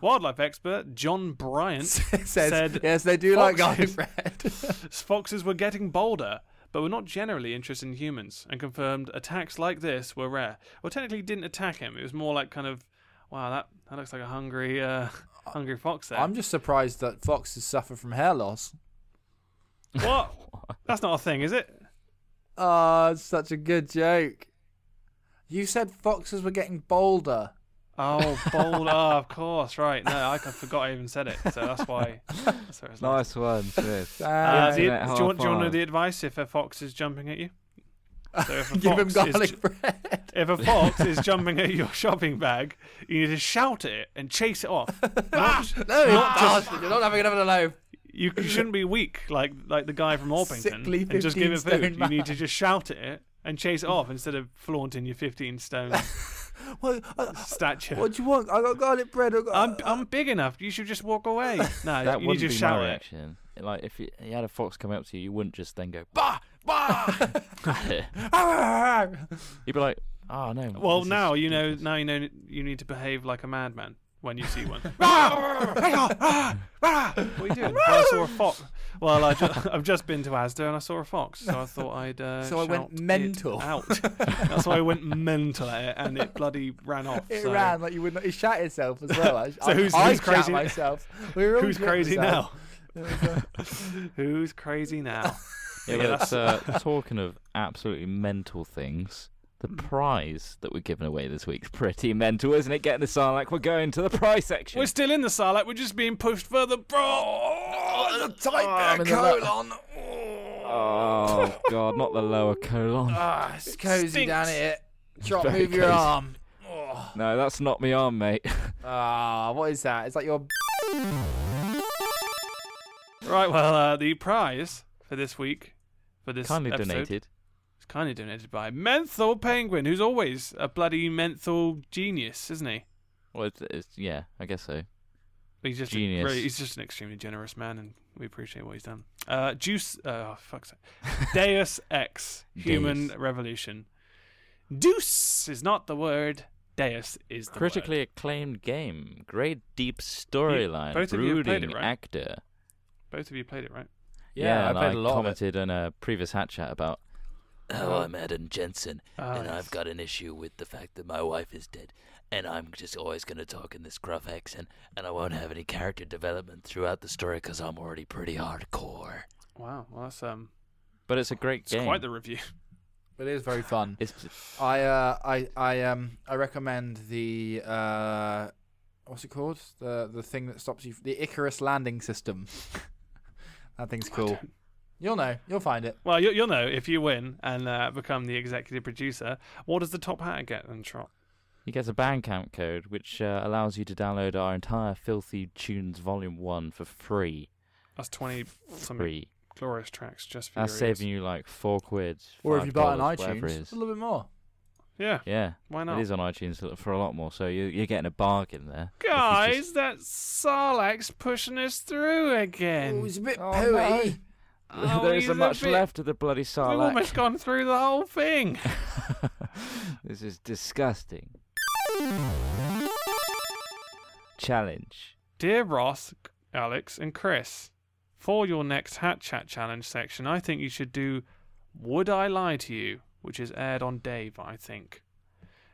S2: Wildlife expert John Bryant
S1: Says,
S2: Said
S1: yes, they do like garlic
S2: foxes.
S1: bread.
S2: foxes were getting bolder, but were not generally interested in humans, and confirmed attacks like this were rare. Well, technically, he didn't attack him. It was more like kind of, wow, that, that looks like a hungry, uh, hungry fox there.
S1: I'm just surprised that foxes suffer from hair loss.
S2: What? That's not a thing, is it?
S1: Ah, it's such a good joke. You said foxes were getting bolder.
S2: Oh, bold. oh, of course. Right. No, I c- forgot I even said it. So that's why. That's where it's like-
S3: Nice one, Smith.
S2: Uh,
S1: Uh,
S2: the, do, you want,
S3: Internet
S2: do you want to know
S3: high-five.
S2: the advice if a fox is jumping at you? So if a
S1: give him
S2: fox, is,
S1: garlic
S2: ju-
S1: bread.
S2: if a fox is jumping at your shopping bag, you need to shout at it and chase it off. Not-
S1: No, you
S2: not just-
S1: bastard, you're not having another loaf.
S2: you you shouldn't be weak like like the guy from Orpington
S1: Sickly
S2: and just give it
S1: 15
S2: food.
S1: stone
S2: You need to
S1: man.
S2: just shout at it and chase it off instead of flaunting your 15 stone
S1: What, uh,
S2: stature.
S1: what do you want? I got garlic bread. I got,
S2: I'm I'm big enough. You should just walk away. No,
S3: That
S2: you need
S3: wouldn't
S2: to
S3: be
S2: shout
S3: my
S2: at it.
S3: reaction. Like if you, you had a fox come up to you, you wouldn't just then go bah bah. at it. You'd be like, oh no.
S2: Well,
S3: this is
S2: now you know.
S3: ridiculous."
S2: Now you know. You need to behave like a madman when you see one.
S1: Ah,
S2: what are you doing? Well, I saw a fox. Well, I ju- I've just been to Asda and I saw a fox, so I thought I'd. Uh,
S1: So I went
S2: shout it
S1: mental.
S2: Out. That's why I went mental at it, and it bloody ran off.
S1: It
S2: so.
S1: ran like you would not. He shat himself as well. I,
S2: So who's-
S1: I,
S2: who's
S1: I
S2: crazy-
S1: Shat myself. We were all
S2: Who's
S1: shitting
S2: crazy
S1: ourselves.
S2: now?
S1: uh,
S2: Who's crazy now?
S3: Yeah,
S2: Yeah,
S3: but uh, talking of absolutely mental things,
S2: Hmm.
S3: the prize that we're giving away this week's pretty mental, isn't it? Getting the Sarlacc, we're going to the prize section.
S2: We're still in the Sarlacc. We're just being pushed further.
S1: Oh, the tight
S2: Oh,
S1: oh,
S2: I'm in the lo-
S1: colon.
S3: oh God, not the lower colon.
S1: Ah, it's cozy
S2: stinks.
S1: down here. Drop,
S3: very
S1: move your
S3: cozy.
S1: arm. Oh.
S3: No, that's not me arm, mate.
S1: Ah, what is that? It's like your.
S2: Right. Well, uh, the prize for this week, for this
S3: Kindly
S2: episode,
S3: donated.
S2: It's kindly donated by Menthol Penguin, who's always a bloody menthol genius, isn't he?
S3: Well, it's, it's, yeah, I guess so.
S2: He's just a
S3: Genius.
S2: really- he's just an extremely generous man, and we appreciate what he's done. Uh, Juice, uh, oh, fuck's sake. Deus Ex, Human
S3: Deus.
S2: Revolution. Deuce is not the word. Deus is the
S3: Critically
S2: word.
S3: acclaimed game, great deep storyline,
S2: both of you have
S3: brooding
S2: played it, right?
S3: actor.
S2: Both of you played it, right?
S1: Yeah, I
S3: and
S1: played a lot of it.
S3: commented on a previous hat chat about. Oh, I'm Adam Jensen,
S2: Oh,
S4: and
S2: yes.
S4: I've got an issue with the fact that my wife is dead, and I'm just always going to talk in this gruff accent, and I won't have any character development throughout the story because I'm already pretty hardcore.
S2: Wow. Well, that's um,
S3: but it's a great
S2: it's
S3: game.
S2: quite the review.
S1: It is very fun.
S3: It's-
S1: I uh, I I um I recommend the uh, what's it called? The the thing that stops you, the Icarus landing system. that thing's cool. You'll know. You'll find it.
S2: Well, you, you'll know if you win and uh, become the executive producer. What does the top hat get then, Trot?
S3: He gets a Bandcamp code, which uh, allows you to download our entire Filthy Tunes Volume 1 for free.
S2: That's twenty something
S3: Free.
S2: glorious tracks just for
S3: That's
S2: your ears.
S3: saving you like four quid.
S1: Or if
S3: five
S1: you buy it on
S3: dollars, whatever it
S1: iTunes,
S3: is.
S1: a little bit more.
S2: Yeah.
S3: Yeah,
S2: Why not?
S3: it is on iTunes for a lot more, so you, you're getting a bargain there. if you
S2: Guys,
S3: just-
S2: that Sarlacc's pushing us through
S1: Oh,
S2: again.
S1: it's a bit
S3: Oh,
S1: pooey.
S3: no.
S2: Oh,
S3: there
S2: he's a
S3: isn't much
S2: bit-
S3: left of the bloody
S2: We've almost
S3: Sarlacc.
S2: gone through the whole thing.
S3: this is disgusting. Challenge.
S2: Dear Ross, Alex, and Chris, For your next Hat Chat Challenge section, I think you should do Would I Lie to You, which is aired on Dave, I think.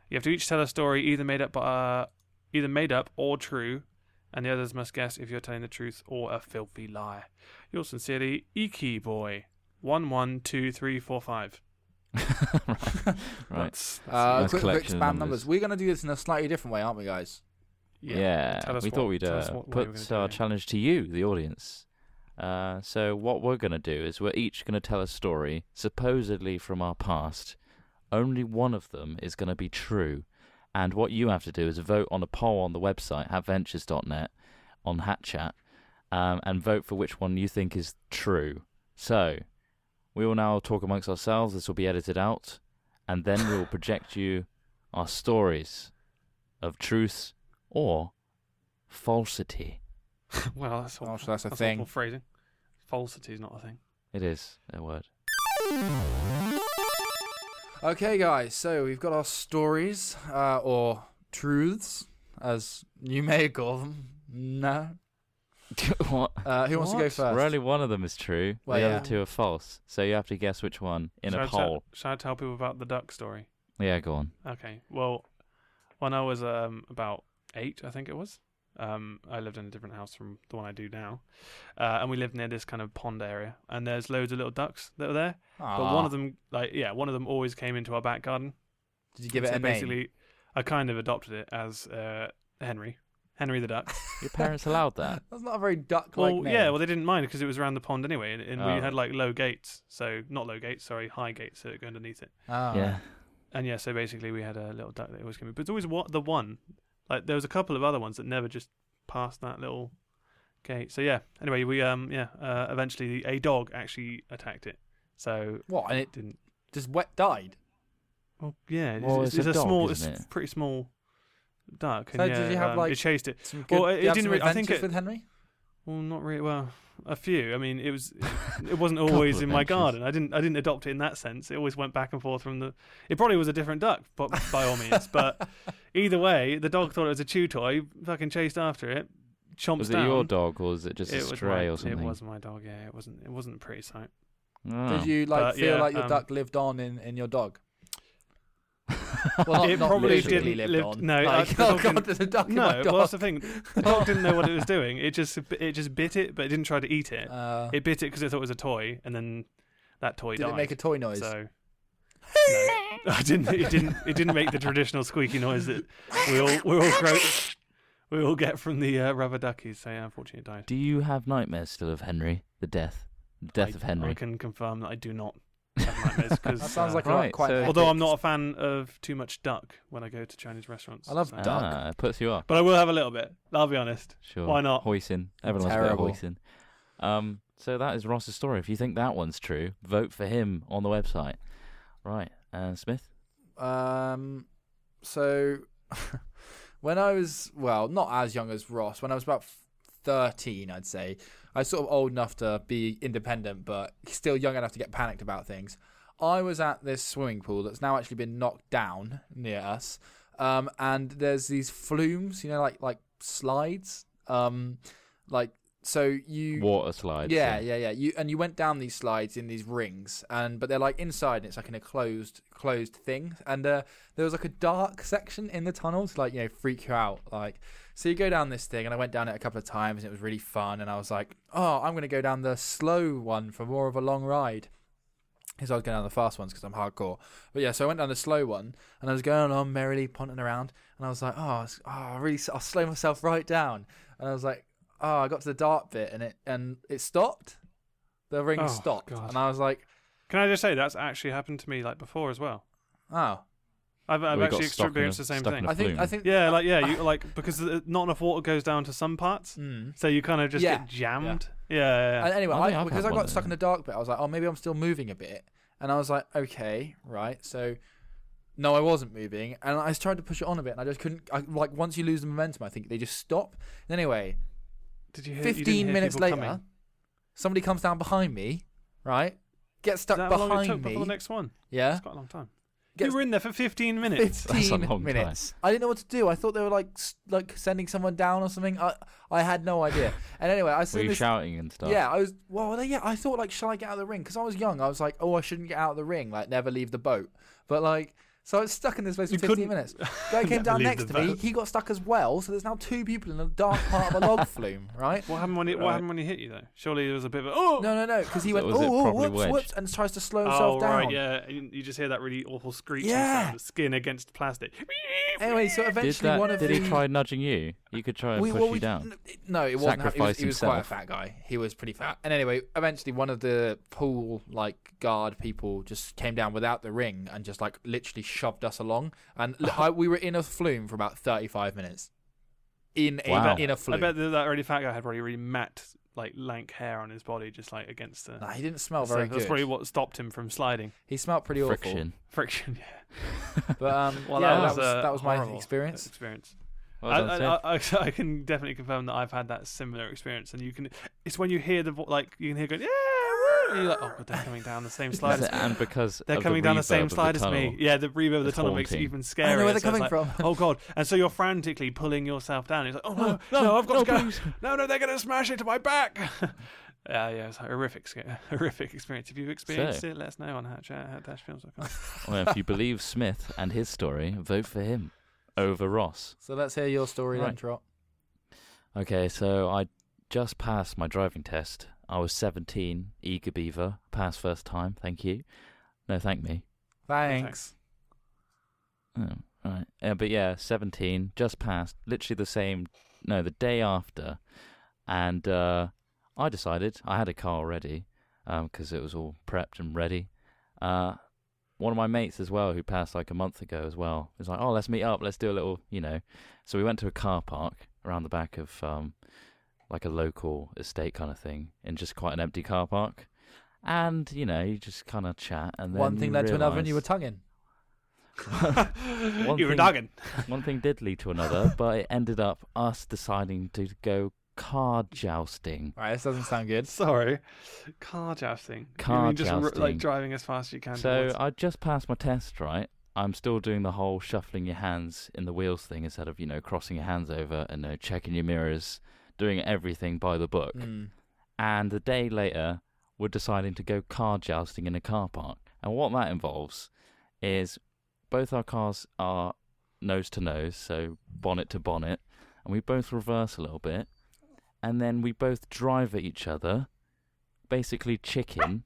S2: You have to each tell a story either made up uh, either made up or true, and the others must guess if you're telling the truth or a filthy lie. Yours sincerely, Iki Boy. One one two three four five.
S3: right. right.
S2: That's
S1: Uh, quick,
S3: nice
S1: quick spam
S3: collection of
S1: numbers.
S3: numbers.
S1: We're going to do this in a slightly different way, aren't we, guys?
S3: Yeah.
S2: Tell us
S3: we
S2: what-
S3: thought we'd
S2: tell
S3: uh,
S2: us what way we're
S3: put
S2: gonna
S3: our
S2: do it.
S3: challenge to you, the audience. Uh, so what we're going to do is we're each going to tell a story, supposedly from our past. Only one of them is going to be true, and what you have to do is vote on a poll on the website hatventures.net on HatChat, um, and vote for which one you think is true. So we will now talk amongst ourselves. This will be edited out, and then we will project you our stories of truth or falsity.
S2: well, that's
S1: Oh,
S2: awful.
S1: so that's a
S2: that's
S1: thing.
S2: awful phrasing. Falsity is not a thing.
S3: It is a word.
S1: Okay, guys, so we've got our stories, uh, or truths, as you may call them. No.
S3: what?
S1: Uh, who wants to go
S3: What?
S1: first?
S3: Really, one of them is true.
S1: Well,
S3: the
S1: yeah.
S3: other two are false. So you have to guess which one in
S2: Shall
S3: a
S2: I tell-
S3: poll.
S2: Shall I tell people about the duck story?
S3: Yeah, go on.
S2: Okay. Well, when I was um, about eight, I think it was, um, I lived in a different house from the one I do now, uh, and we lived near this kind of pond area. And there's loads of little ducks that were there, but one
S1: Aw.
S2: of them, like yeah, one of them always came into our back garden.
S1: Did you give
S2: So
S1: it a
S2: basically,
S1: name?
S2: I kind of adopted it as uh, Henry, Henry the duck.
S3: Your parents allowed that.
S1: That's not a very duck-like
S2: well,
S1: name.
S2: yeah, well they didn't mind because it was around the pond anyway, and, and
S3: Oh.
S2: we had like low gates, so not low gates, sorry, high gates that go underneath it.
S1: Ah.
S3: yeah.
S2: And yeah, so basically we had a little duck that always came in. But it's always what the one. Like there was a couple of other ones that never just passed that little gate. So yeah. Anyway, we um yeah, uh, eventually a dog actually attacked it. So
S1: What? And it
S2: didn't
S1: just wet died.
S2: well yeah, it's,
S3: Well,
S2: it's,
S3: it's a
S2: it's a,
S3: dog,
S2: small
S3: isn't
S2: it's
S3: it?
S2: pretty small duck.
S1: So
S2: and
S1: did
S2: yeah,
S1: you have,
S2: um,
S1: like-
S2: it chased it.
S1: Some good,
S2: Well, it-
S1: did
S2: it
S1: you have
S2: didn't
S1: some
S2: re- I think
S1: adventures
S2: it-
S1: with Henry.
S2: Well not really well, a few. I mean it was it wasn't always
S3: Couple
S2: in my
S3: adventures.
S2: garden. I didn't I didn't adopt it in that sense. It always went back and forth from the it probably was a different duck, but by all means. But Either way, the dog thought it was a chew toy, fucking chased after it, chomps
S3: Was it
S2: down.
S3: your dog or was it just
S2: It
S3: a
S2: was
S3: stray
S2: my-
S3: or something?
S2: It was my dog, yeah. It wasn't it wasn't a pretty sight.
S3: Oh.
S1: Did you like
S2: Hmm. But,
S1: feel
S2: yeah,
S1: like your
S2: um,
S1: duck lived on in, in your dog? Well, not,
S2: It
S1: not
S2: probably
S1: literally
S2: didn't
S1: lived
S2: live-
S1: on.
S2: no,
S1: like,
S2: I- the
S1: oh
S2: dog
S1: god,
S2: didn't-
S1: there's a duck in my
S2: No,
S1: dog.
S2: well that's the thing. The dog didn't know what it was doing. It just it just bit it, but it didn't try to eat it.
S1: Uh,
S2: It bit it because it thought it was a toy, and then that toy
S1: did
S2: died.
S1: it make a toy noise?
S2: So. No, I didn't. It didn't. It didn't make the traditional squeaky noise that we all we all grow, we all get from the uh, rubber duckies. So yeah, unfortunately, it died.
S3: Do you have nightmares still of Henry? The death, the death
S2: I-
S3: of Henry.
S2: I can confirm that I do not have nightmares because
S1: that sounds like
S3: Right,
S1: a quite.
S3: so-
S1: an
S2: Although I'm
S1: epic-
S2: not a fan of too much duck when I go to Chinese restaurants.
S1: I love
S2: so-
S1: duck.
S3: Ah, it puts you off.
S2: But I will have a little bit. I'll be honest.
S3: Sure.
S2: Why not?
S3: Hoisin. Everyone loves a bit of
S1: Terrible.
S3: hoisin. Um, so that is Ross's story. If you think that one's true, vote for him on the website. Right. Uh, Smith?
S1: Um, so when I was well, not as young as Ross, when I was about f- thirteen, I'd say I was sort of old enough to be independent, but still young enough to get panicked about things. I was at this swimming pool that's now actually been knocked down near us, um, and there's these flumes, you know, like like slides, um, like so you
S3: Water slides.
S1: yeah, yeah, yeah. You and you went down these slides in these rings, and but they're like inside, and it's like in a closed, closed thing. And uh, there was like a dark section in the tunnel to like you know freak you out. Like, so you go down this thing, and I went down it a couple of times, and it was really fun. And I was like, oh, I'm gonna go down the slow one for more of a long ride. Because I was going down the fast ones because I'm hardcore. But yeah, so I went down the slow one and I was going along merrily, ponting around. And I was like, oh, it's- oh I really, I'll slow myself right down. And I was like, oh, I got to the dark bit and it and it stopped. The ring
S2: Oh,
S1: stopped,
S2: God.
S1: and I was like,
S2: Can I just say that's actually happened to me like before as well.
S1: oh,
S2: I've, I've
S3: We got
S2: actually
S3: stuck in a-
S2: experienced the same
S3: stuck in
S2: thing.
S3: a
S1: I think,
S3: flume.
S1: I think,
S2: Yeah, like yeah, you like because the- not enough water goes down to some parts,
S1: Mm.
S2: so you kind of just
S1: Yeah.
S2: get jammed. Yeah, yeah, yeah.
S1: And anyway,
S3: I
S1: I
S3: think I've had
S1: because I
S3: one
S1: got
S3: of
S1: stuck in
S3: them.
S1: the dark bit, I was like, oh, maybe I'm still moving a bit. And I was like, okay, right. So, no, I wasn't moving. And I tried to push it on a bit, and I just couldn't. I, like, once you lose the momentum, I think they just stop. And anyway,
S2: Did you hear? you didn't
S1: 15
S2: hear
S1: minutes
S2: people
S1: later,
S2: coming? Is
S1: somebody comes down behind me, right? Gets stuck
S2: that how long it
S1: behind
S2: took before
S1: me.
S2: the next one?
S1: yeah.
S2: It's quite a long time.
S1: Gets-
S2: you were in there for 15 minutes.
S3: That's a
S1: 15
S3: long time.
S1: minutes. I didn't know what to do. I thought they were like s- like sending someone down or something. I I had no idea. And anyway, I
S3: Were
S1: seen
S3: you
S1: this.
S3: shouting and stuff?
S1: Yeah, I was. Well, yeah, I thought like, shall I get out of the ring? Because I was young. I was like, oh, I shouldn't get out of the ring. Like, never leave the boat. But like, so I was stuck in this place for
S2: You
S1: 15
S2: couldn't-
S1: minutes. Guy came
S2: Never
S1: down
S2: leave
S1: next
S2: the
S1: to me.
S2: boat.
S1: He got stuck as well. So there's now two people in a dark part of a log flume, right?
S2: What happened when he,
S3: Right.
S2: what happened when he hit you though? Surely there was a bit of a, oh
S1: No, no, no. Because he went,
S3: was it
S1: oh, oh,
S3: probably
S1: whoops,
S3: wedged?
S1: whoops, and tries to slow himself
S2: oh
S1: down.
S2: right yeah. You you just hear that really awful screeching
S1: Yeah.
S2: sound of skin against plastic.
S1: Anyway, so eventually
S3: Did that?
S1: one of
S3: did
S1: the
S3: he try nudging you? You could try and push
S1: well,
S3: you down.
S1: n- No, it wasn't. He was,
S3: Sacrifice
S1: he was quite a
S3: himself.
S1: fat guy. He was pretty fat. And anyway, eventually one of the pool like guard people just came down without the ring and just like literally shoved us along. And l- I, we were in a flume for about thirty-five minutes. In a
S3: Wow.
S1: in a
S2: I
S1: flume.
S2: bet that, that really fat guy had probably really matte like lank hair on his body, just like against the.
S1: Nah, he didn't smell
S2: so
S1: very
S2: that's
S1: good.
S2: probably what stopped him from sliding.
S1: He smelled pretty awful.
S3: Friction.
S2: Friction. Yeah.
S1: But um,
S2: Well,
S1: yeah,
S2: that was, uh,
S1: that was my
S2: horrible
S1: experience.
S2: Experience.
S3: Well
S2: I,
S3: done, Sid.
S2: I, I, I can definitely confirm that I've had that similar experience, and you can. It's when you hear the vo- like you can hear going yeah, woo," and you're like oh god, they're coming down the same slide.
S3: Is
S2: as
S3: it- and because
S2: They're
S3: of
S2: coming down the
S3: reverb
S2: same
S3: of
S2: slide as
S3: tunnel.
S2: me. Yeah, the reverb of the
S3: It's
S2: tunnel makes it
S3: haunting.
S2: even
S1: I
S2: scarier.
S1: know where they're
S2: so it's
S1: coming
S2: like,
S1: from.
S2: Oh god! And so you're frantically pulling yourself down. It's like, oh no, no, I've got to go. No, no, they're going to smash into my back. Yeah, yeah, it's a horrific, sca- horrific experience. If you've experienced it, let us know on hatch at dashfilms.com.
S3: Well, if you believe Smith and his story, vote for him over Ross.
S1: So let's hear your story then,
S3: Right.
S1: Trot.
S3: Okay, so I just passed my driving test. I was 17, eager beaver, passed first time. Thank you. No, thank me.
S1: Thanks.
S3: Oh, right. Uh, but yeah, 17, just passed, literally the same, no, the day after. And uh, I decided, I had a car already because it was all prepped and ready. Uh, one of my mates as well, who passed like a month ago as well, was like, oh, let's meet up, let's do a little, you know. So we went to a car park around the back of um, like a local estate kind of thing in just quite an empty car park. And, you know, you just kind of chat. and then
S1: One thing
S3: you
S1: led to another, and
S3: realise-
S1: you were tonguing.
S3: One
S2: you were
S3: thing-
S2: dogging.
S3: one thing did lead to another, but it ended up us deciding to go card jousting.
S1: Right, this doesn't sound good.
S2: Sorry, car jousting.
S3: Car
S2: you mean just r-
S3: jousting.
S2: like driving as fast as you can.
S3: So
S2: towards-
S3: I just passed my test, right? I'm still doing the whole shuffling your hands in the wheels thing instead of, you know, crossing your hands over and uh, checking your mirrors, doing everything by the book.
S1: Mm.
S3: And the day later, we're deciding to go car jousting in a car park. And what that involves is both our cars are nose to nose, so bonnet to bonnet, and we both reverse a little bit, and then we both drive at each other, basically chicken.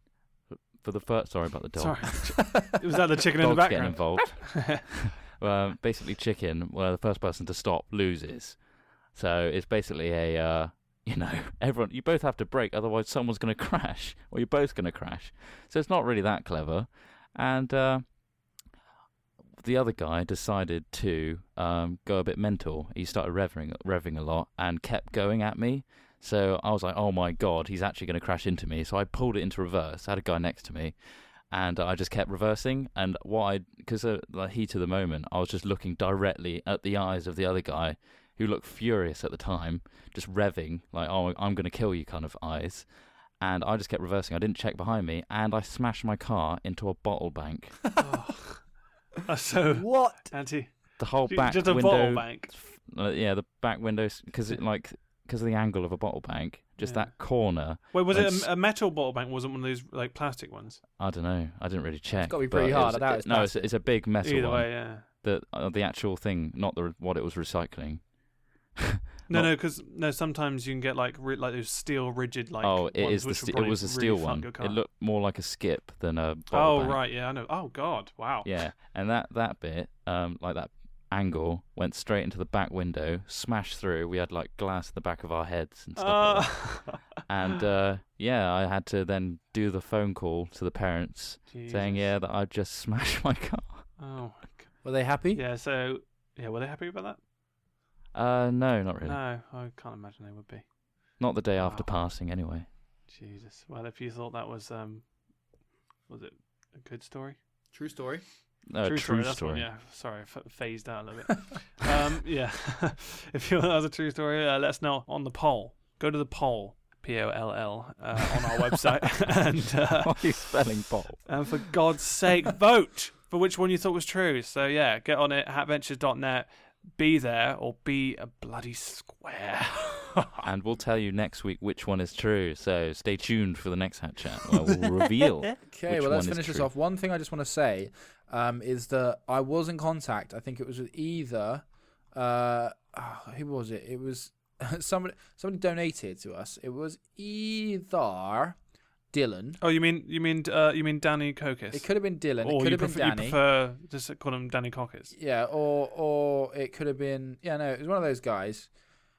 S3: For the first, sorry about the uh, dog.
S2: sorry, was that the chicken in the
S3: Dog's getting
S2: background?
S3: involved. Uh, basically, chicken. Well, the first person to stop loses. So it's basically a uh, you know everyone. You both have to break, otherwise someone's going to crash, or you're both going to crash. So it's not really that clever. And uh, the other guy decided to um, go a bit mental. He started revving, revving a lot, and kept going at me. So I was like, "Oh my god, he's actually going to crash into me!" So I pulled it into reverse. I had a guy next to me, and I just kept reversing. And what I, because of uh, the heat of the moment, I was just looking directly at the eyes of the other guy, who looked furious at the time, just revving like, "Oh, I'm going to kill you," kind of eyes. And I just kept reversing. I didn't check behind me, and I smashed my car into a bottle bank.
S2: Uh, so
S1: What?
S2: anti,
S3: The whole
S2: Ju-
S3: back
S2: just a
S3: window,
S2: bottle bank.
S3: uh, yeah, the back window, because it like because of the angle of a bottle bank, just
S2: Yeah.
S3: that corner.
S2: Wait, was it
S3: It's-
S2: a, a metal bottle bank? Wasn't one of those like plastic ones?
S3: I don't know. I didn't really check.
S1: gotta be
S3: but
S1: pretty
S3: it
S1: hard.
S3: was-
S1: I doubt
S3: it-
S1: it's
S3: no, it's, it's a big metal
S2: Either
S3: one.
S2: way, yeah.
S3: The uh, the actual thing, not the what it was recycling.
S2: No,
S3: Not-
S2: no, 'cause no, because no. Sometimes you can get like ri- like those steel rigid like.
S3: oh, it
S2: ones
S3: is the
S2: which
S3: st-
S2: will
S3: it
S2: probably
S3: was a
S2: really
S3: steel
S2: fuck
S3: one.
S2: your car.
S3: It looked more like a skip than a. bottle
S2: Oh
S3: bank.
S2: right, yeah, I know. Oh god, wow.
S3: Yeah, and that that bit, um, like that angle, went straight into the back window, smashed through. We had like glass at the back of our heads and stuff. like
S2: Ah.
S3: that. and uh, yeah, I had to then do the phone call to the parents saying, yeah, that I just smashed my car.
S2: Oh my god.
S1: Were they happy?
S2: Yeah. So yeah, were they happy about that?
S3: Uh, no, not really.
S2: No, Ah. I can't imagine they would be.
S3: Not the day after
S2: Wow.
S3: passing, anyway.
S2: Jesus. Well, if you thought that was um, was it a good story?
S1: True story.
S3: No, true, true
S2: that's one,
S3: story.
S2: yeah. Sorry, f- phased out a little bit. um, yeah. if you thought that was a true story, uh, let us know on the poll. Go to the poll. P O L L uh, on our website and uh,
S3: Why are you spelling Bob?
S2: And for God's sake, vote! for which one you thought was true. So yeah, get on it, hackventures.net. Be there or be a bloody square.
S3: And we'll tell you next week which one is true. So stay tuned for the next Hat Chat. Where we'll reveal.
S1: Okay,
S3: Which
S1: well, let's
S3: one is
S1: finish this
S3: true?
S1: off. One thing I just want to say um, is that I was in contact. I think it was with either uh, oh, who was it? It was somebody. Somebody donated to us. It was either Dylan.
S2: oh, you mean you mean uh, you mean Danny Kokis?
S1: It could have been Dylan. it could
S2: or Oh, you
S1: have been
S2: prefer, you
S1: Danny.
S2: prefer just call him Danny Cockers.
S1: Yeah, or or it could have been yeah, no, it was one of those guys,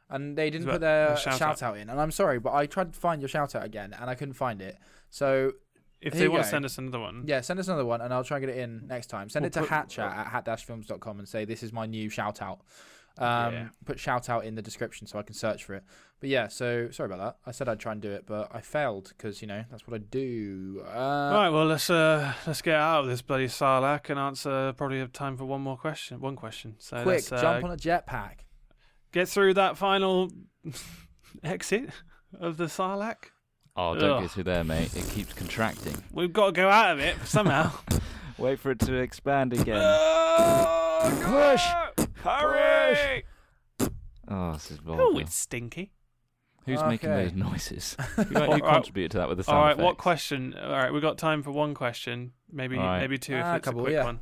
S1: and they didn't put
S2: It's about-
S1: their
S2: a
S1: shout,
S2: shout
S1: out. in. And I'm sorry, but I tried to find your shout out again, and I couldn't find it. So
S2: If
S1: Here
S2: they
S1: you go.
S2: want to send us another one,
S1: yeah, send us another one, and I'll try and get it in next time. Send
S2: We'll
S1: it to
S2: put- uh,
S1: hatchat at hat-films.com and say this is my new shout out. Um,
S2: Yeah.
S1: Put shout out in the description so I can search for it. But yeah, so sorry about that. I said I'd try and do it, but I failed because you know that's what I do. Uh,
S2: All right, well let's uh, let's get out of this bloody sarlacc and answer. Probably have time for one more question. One question. So
S1: Quick,
S2: let's, uh,
S1: jump on a jetpack.
S2: get through that final exit of the sarlacc.
S3: Oh, don't
S2: Ugh.
S3: get through there, mate. It keeps contracting.
S2: We've got to go out of it somehow.
S3: Wait for it to expand again.
S2: Oh,
S3: Push!
S2: God! Hurry!
S3: Oh, this is
S2: Oh,
S3: vulgar.
S2: it's stinky.
S3: Who's making
S1: Okay.
S3: those noises? Who, who
S2: Alright.
S3: contributed to that with the sound
S2: All right, what
S3: effects?
S2: question? All right, we've got time for one question. Maybe
S3: All right.
S2: maybe two if
S1: Ah,
S2: it's
S1: couple,
S2: a quick
S1: yeah.
S2: one.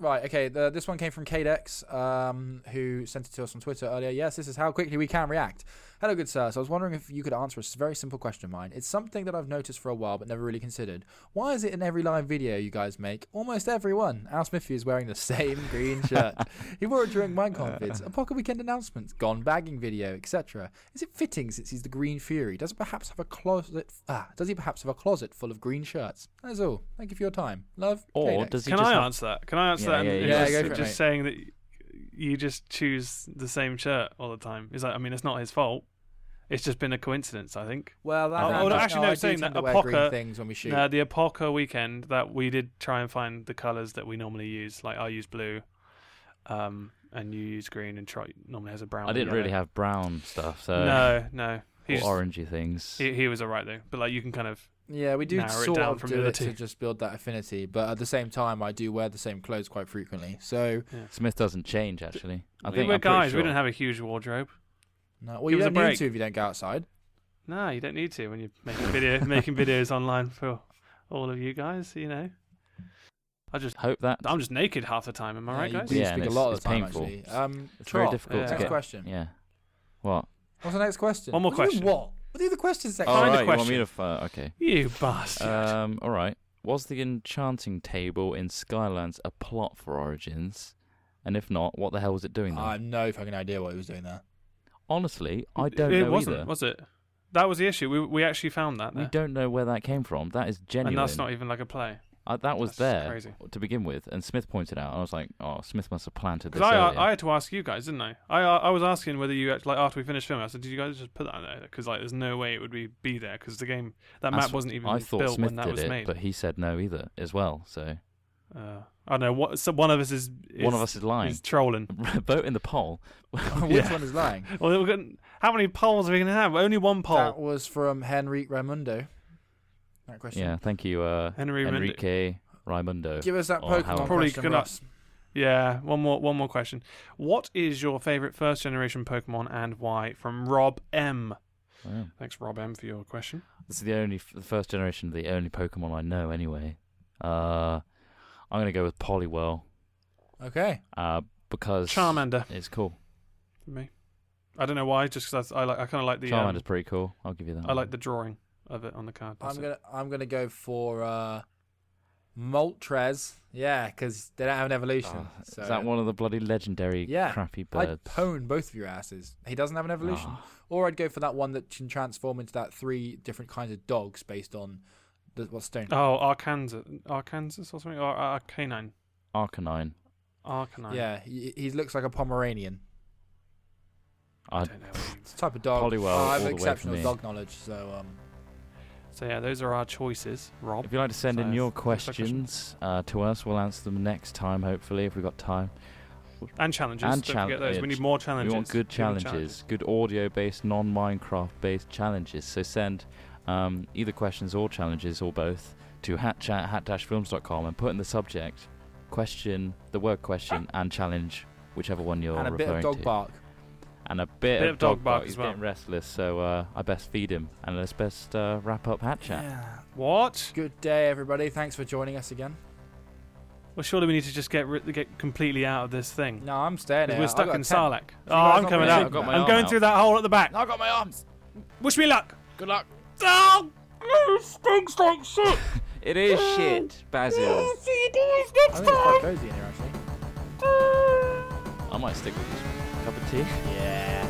S1: Right, okay. The, this one came from Kadex, um, who sent it to us on Twitter earlier. Yes, this is how quickly we can react. Hello, good sir. So I was wondering if you could answer a s- very simple question of mine. It's something that I've noticed for a while but never really considered. Why is it in every live video you guys make, almost everyone, Al Smithy is wearing the same green shirt? he wore it during Minecon vids, a Pocket Weekend announcements, Gone Bagging video, etc. Is it fitting since he's the Green Fury? Does it perhaps have a closet? Ah, does he perhaps have a closet full of green shirts? That is all. Thank you for your time. Love.
S3: Or
S1: Kadex.
S3: does he
S2: Can
S3: just
S2: I
S3: not-
S2: answer that? Can I answer
S3: Yeah,
S2: that?
S3: yeah,
S2: and
S3: yeah,
S2: just,
S1: yeah, go for it,
S2: just
S1: mate.
S2: saying that you just choose the same shirt all the time. Is that? I mean, it's not his fault. It's just been a coincidence, I think.
S1: Well, that,
S3: Oh,
S1: that
S3: oh, no,
S1: does- I
S2: actually, no,
S1: do
S2: saying
S1: tend
S2: that
S1: to wear green
S2: Apoca-
S1: things when we shoot.
S2: Now, the Apoca weekend that we did try and find the colors that we normally use. Like I use blue, um, and you use green, and Troy normally has a brown.
S3: I didn't
S2: yellow.
S3: really have brown stuff, so
S2: No, no.
S3: or
S2: He's,
S3: orangey things.
S2: he, he was alright though, but like you can kind of
S1: yeah, we do
S2: narrow it
S1: sort
S2: down
S1: of
S2: from
S1: do
S2: the
S1: it
S2: other
S1: to
S2: two.
S1: just build that affinity, but at the same time, I do wear the same clothes quite frequently. So,
S3: Smith doesn't change actually. I
S2: we
S3: think
S2: were
S3: I'm pretty
S2: guys.
S3: Sure.
S2: We didn't have a huge wardrobe.
S1: no, well,
S2: Give
S1: you
S2: us a
S1: don't need
S2: break.
S1: to if you don't go outside.
S2: No, you don't need to when you're making video making videos online for all of you guys. You know, I just
S3: hope that.
S2: I'm just naked half the time. Am I
S1: No,
S2: right,
S1: you
S2: guys?
S1: do
S3: Yeah,
S1: speak
S3: and
S1: a
S3: it's-
S1: lot of
S3: it's
S1: the time,
S3: painful.
S1: actually. Um,
S3: It's very
S1: Trot,
S3: difficult
S2: yeah.
S3: to
S1: Next
S3: get.
S1: question.
S3: Yeah. What?
S1: What's the next question?
S2: One more
S1: What do you
S2: question.
S1: What? What are the questions section?
S2: Find a
S3: right, you want
S2: question.
S3: me to? f- uh, okay.
S2: You bastard.
S3: Um. All right. Was the enchanting table in Skylands a plot for Origins? And if not, what the hell was it doing there?
S1: I have no fucking idea what he was doing there.
S3: Honestly, I don't
S2: it
S3: know
S2: wasn't,
S3: either.
S2: was it? That was the issue. We we actually found that,
S3: We
S2: there.
S3: don't know where that came from. That is
S2: and
S3: genuine.
S2: that's not even like a play.
S3: I, that was
S2: that's
S3: there
S2: crazy.
S3: to begin with, and Smith pointed out. I was like, "Oh, Smith must have planted this."
S2: Because
S3: earlier.
S2: I, I had to ask you guys, didn't I? I I was asking whether you actually, like after we finished filming, I said, did you guys just put that in there? Because like, there's no way it would be be there because the game that
S3: That's
S2: map wasn't even
S3: I thought
S2: built
S3: Smith
S2: when that
S3: did
S2: was
S3: it,
S2: made.
S3: but he said no either as well. So
S2: Uh, I don't know. What so one of us is, is
S3: one of us is lying.
S2: is trolling.
S3: Vote in the poll.
S1: Which
S2: Yeah.
S1: one is lying?
S2: Well, we're gonna, how many polls are we gonna have? Only one poll.
S1: That was from Henrique Raimundo. That question.
S3: Yeah, thank you, uh,
S2: Henry Mendy-
S3: Enrique Raimundo.
S1: Give us that
S3: Or Oh, how-
S1: Pokemon
S2: Probably
S1: question,
S2: gonna-
S1: Ross.
S2: Yeah, one more one more question. What is your favorite first generation Pokemon and why? From Rob M.
S3: Wow.
S2: Thanks, Rob M, for your question.
S3: This is the only the first generation, of the only Pokemon I know. Anyway, uh, I'm gonna go with Poliwhirl
S1: Okay.
S3: uh, because
S2: Charmander
S3: It's cool.
S2: for me. I don't know why. Just because I, like I kind of like the um,
S3: Charmander's pretty cool. I'll give you that.
S2: I like the drawing of it on the card.
S1: I'm
S2: That's it.
S1: gonna I'm gonna go for uh, Moltres. Yeah, because they don't have an evolution.
S3: Oh,
S1: so
S3: Is that one of the bloody legendary
S1: Yeah,
S3: crappy birds?
S1: I'd pwn both of your asses. He doesn't have an
S3: Uh-huh.
S1: evolution. Or I'd go for that one that can transform into that three different kinds of dogs based on the, what stone.
S2: Oh, Arkansas, Arkansas or something, or Ar- Arcanine,
S3: Oh, Arcanine.
S2: Arcanine.
S1: yeah, he, he looks like a Pomeranian.
S2: I
S3: I'd
S2: don't know. what you-
S1: It's a type of dog.
S3: Polywell
S1: I
S3: all
S1: have
S3: the way for
S1: exceptional
S3: me.
S1: dog knowledge, so um,
S2: So yeah, those are our choices, Rob.
S3: If you'd like to send in
S2: So,
S3: your
S2: what's that question?
S3: questions uh, to us, we'll answer them next time, hopefully, if we've got time.
S2: And challenges.
S3: And
S2: don't
S3: chal-
S2: forget those.
S3: yeah,
S2: We need more
S3: We
S2: challenges.
S3: want good
S2: We need
S3: challenges, good audio based, non Minecraft based challenges. So send um, either questions or challenges or both, to hatchat hat-films.com and put in the subject question, the word question, and challenge, whichever one you're
S1: and a bit
S3: referring
S1: of dog
S3: to.
S1: bark.
S3: And a bit,
S2: Bit
S3: of
S2: of dog bark
S3: He's
S2: as well.
S3: getting restless, so uh, I best feed him and let's best uh, wrap up hatchat.
S1: Yeah.
S2: What?
S1: Good day, everybody. Thanks for joining us again.
S2: Well, surely we need to just get ri- get completely out of this thing.
S1: No, I'm staying
S2: 'Cause
S1: here.
S2: We're
S1: I've
S2: stuck
S1: got
S2: in
S1: a tent.
S2: Sarlacc.
S1: You
S2: Oh,
S1: guys
S2: I'm
S1: got
S2: coming
S1: my-
S2: out.
S1: I've got
S3: my
S2: I'm
S3: arm
S2: going
S3: out.
S2: through that hole at the back.
S3: I've got my arms.
S2: Wish me luck.
S3: Good luck.
S2: Oh, it stinks like shit.
S5: It is shit, Basil.
S2: See you guys
S1: I
S2: next
S1: think it's quite cozy in here, actually.
S3: I might stick with this one. Cup of tea.
S1: Yeah.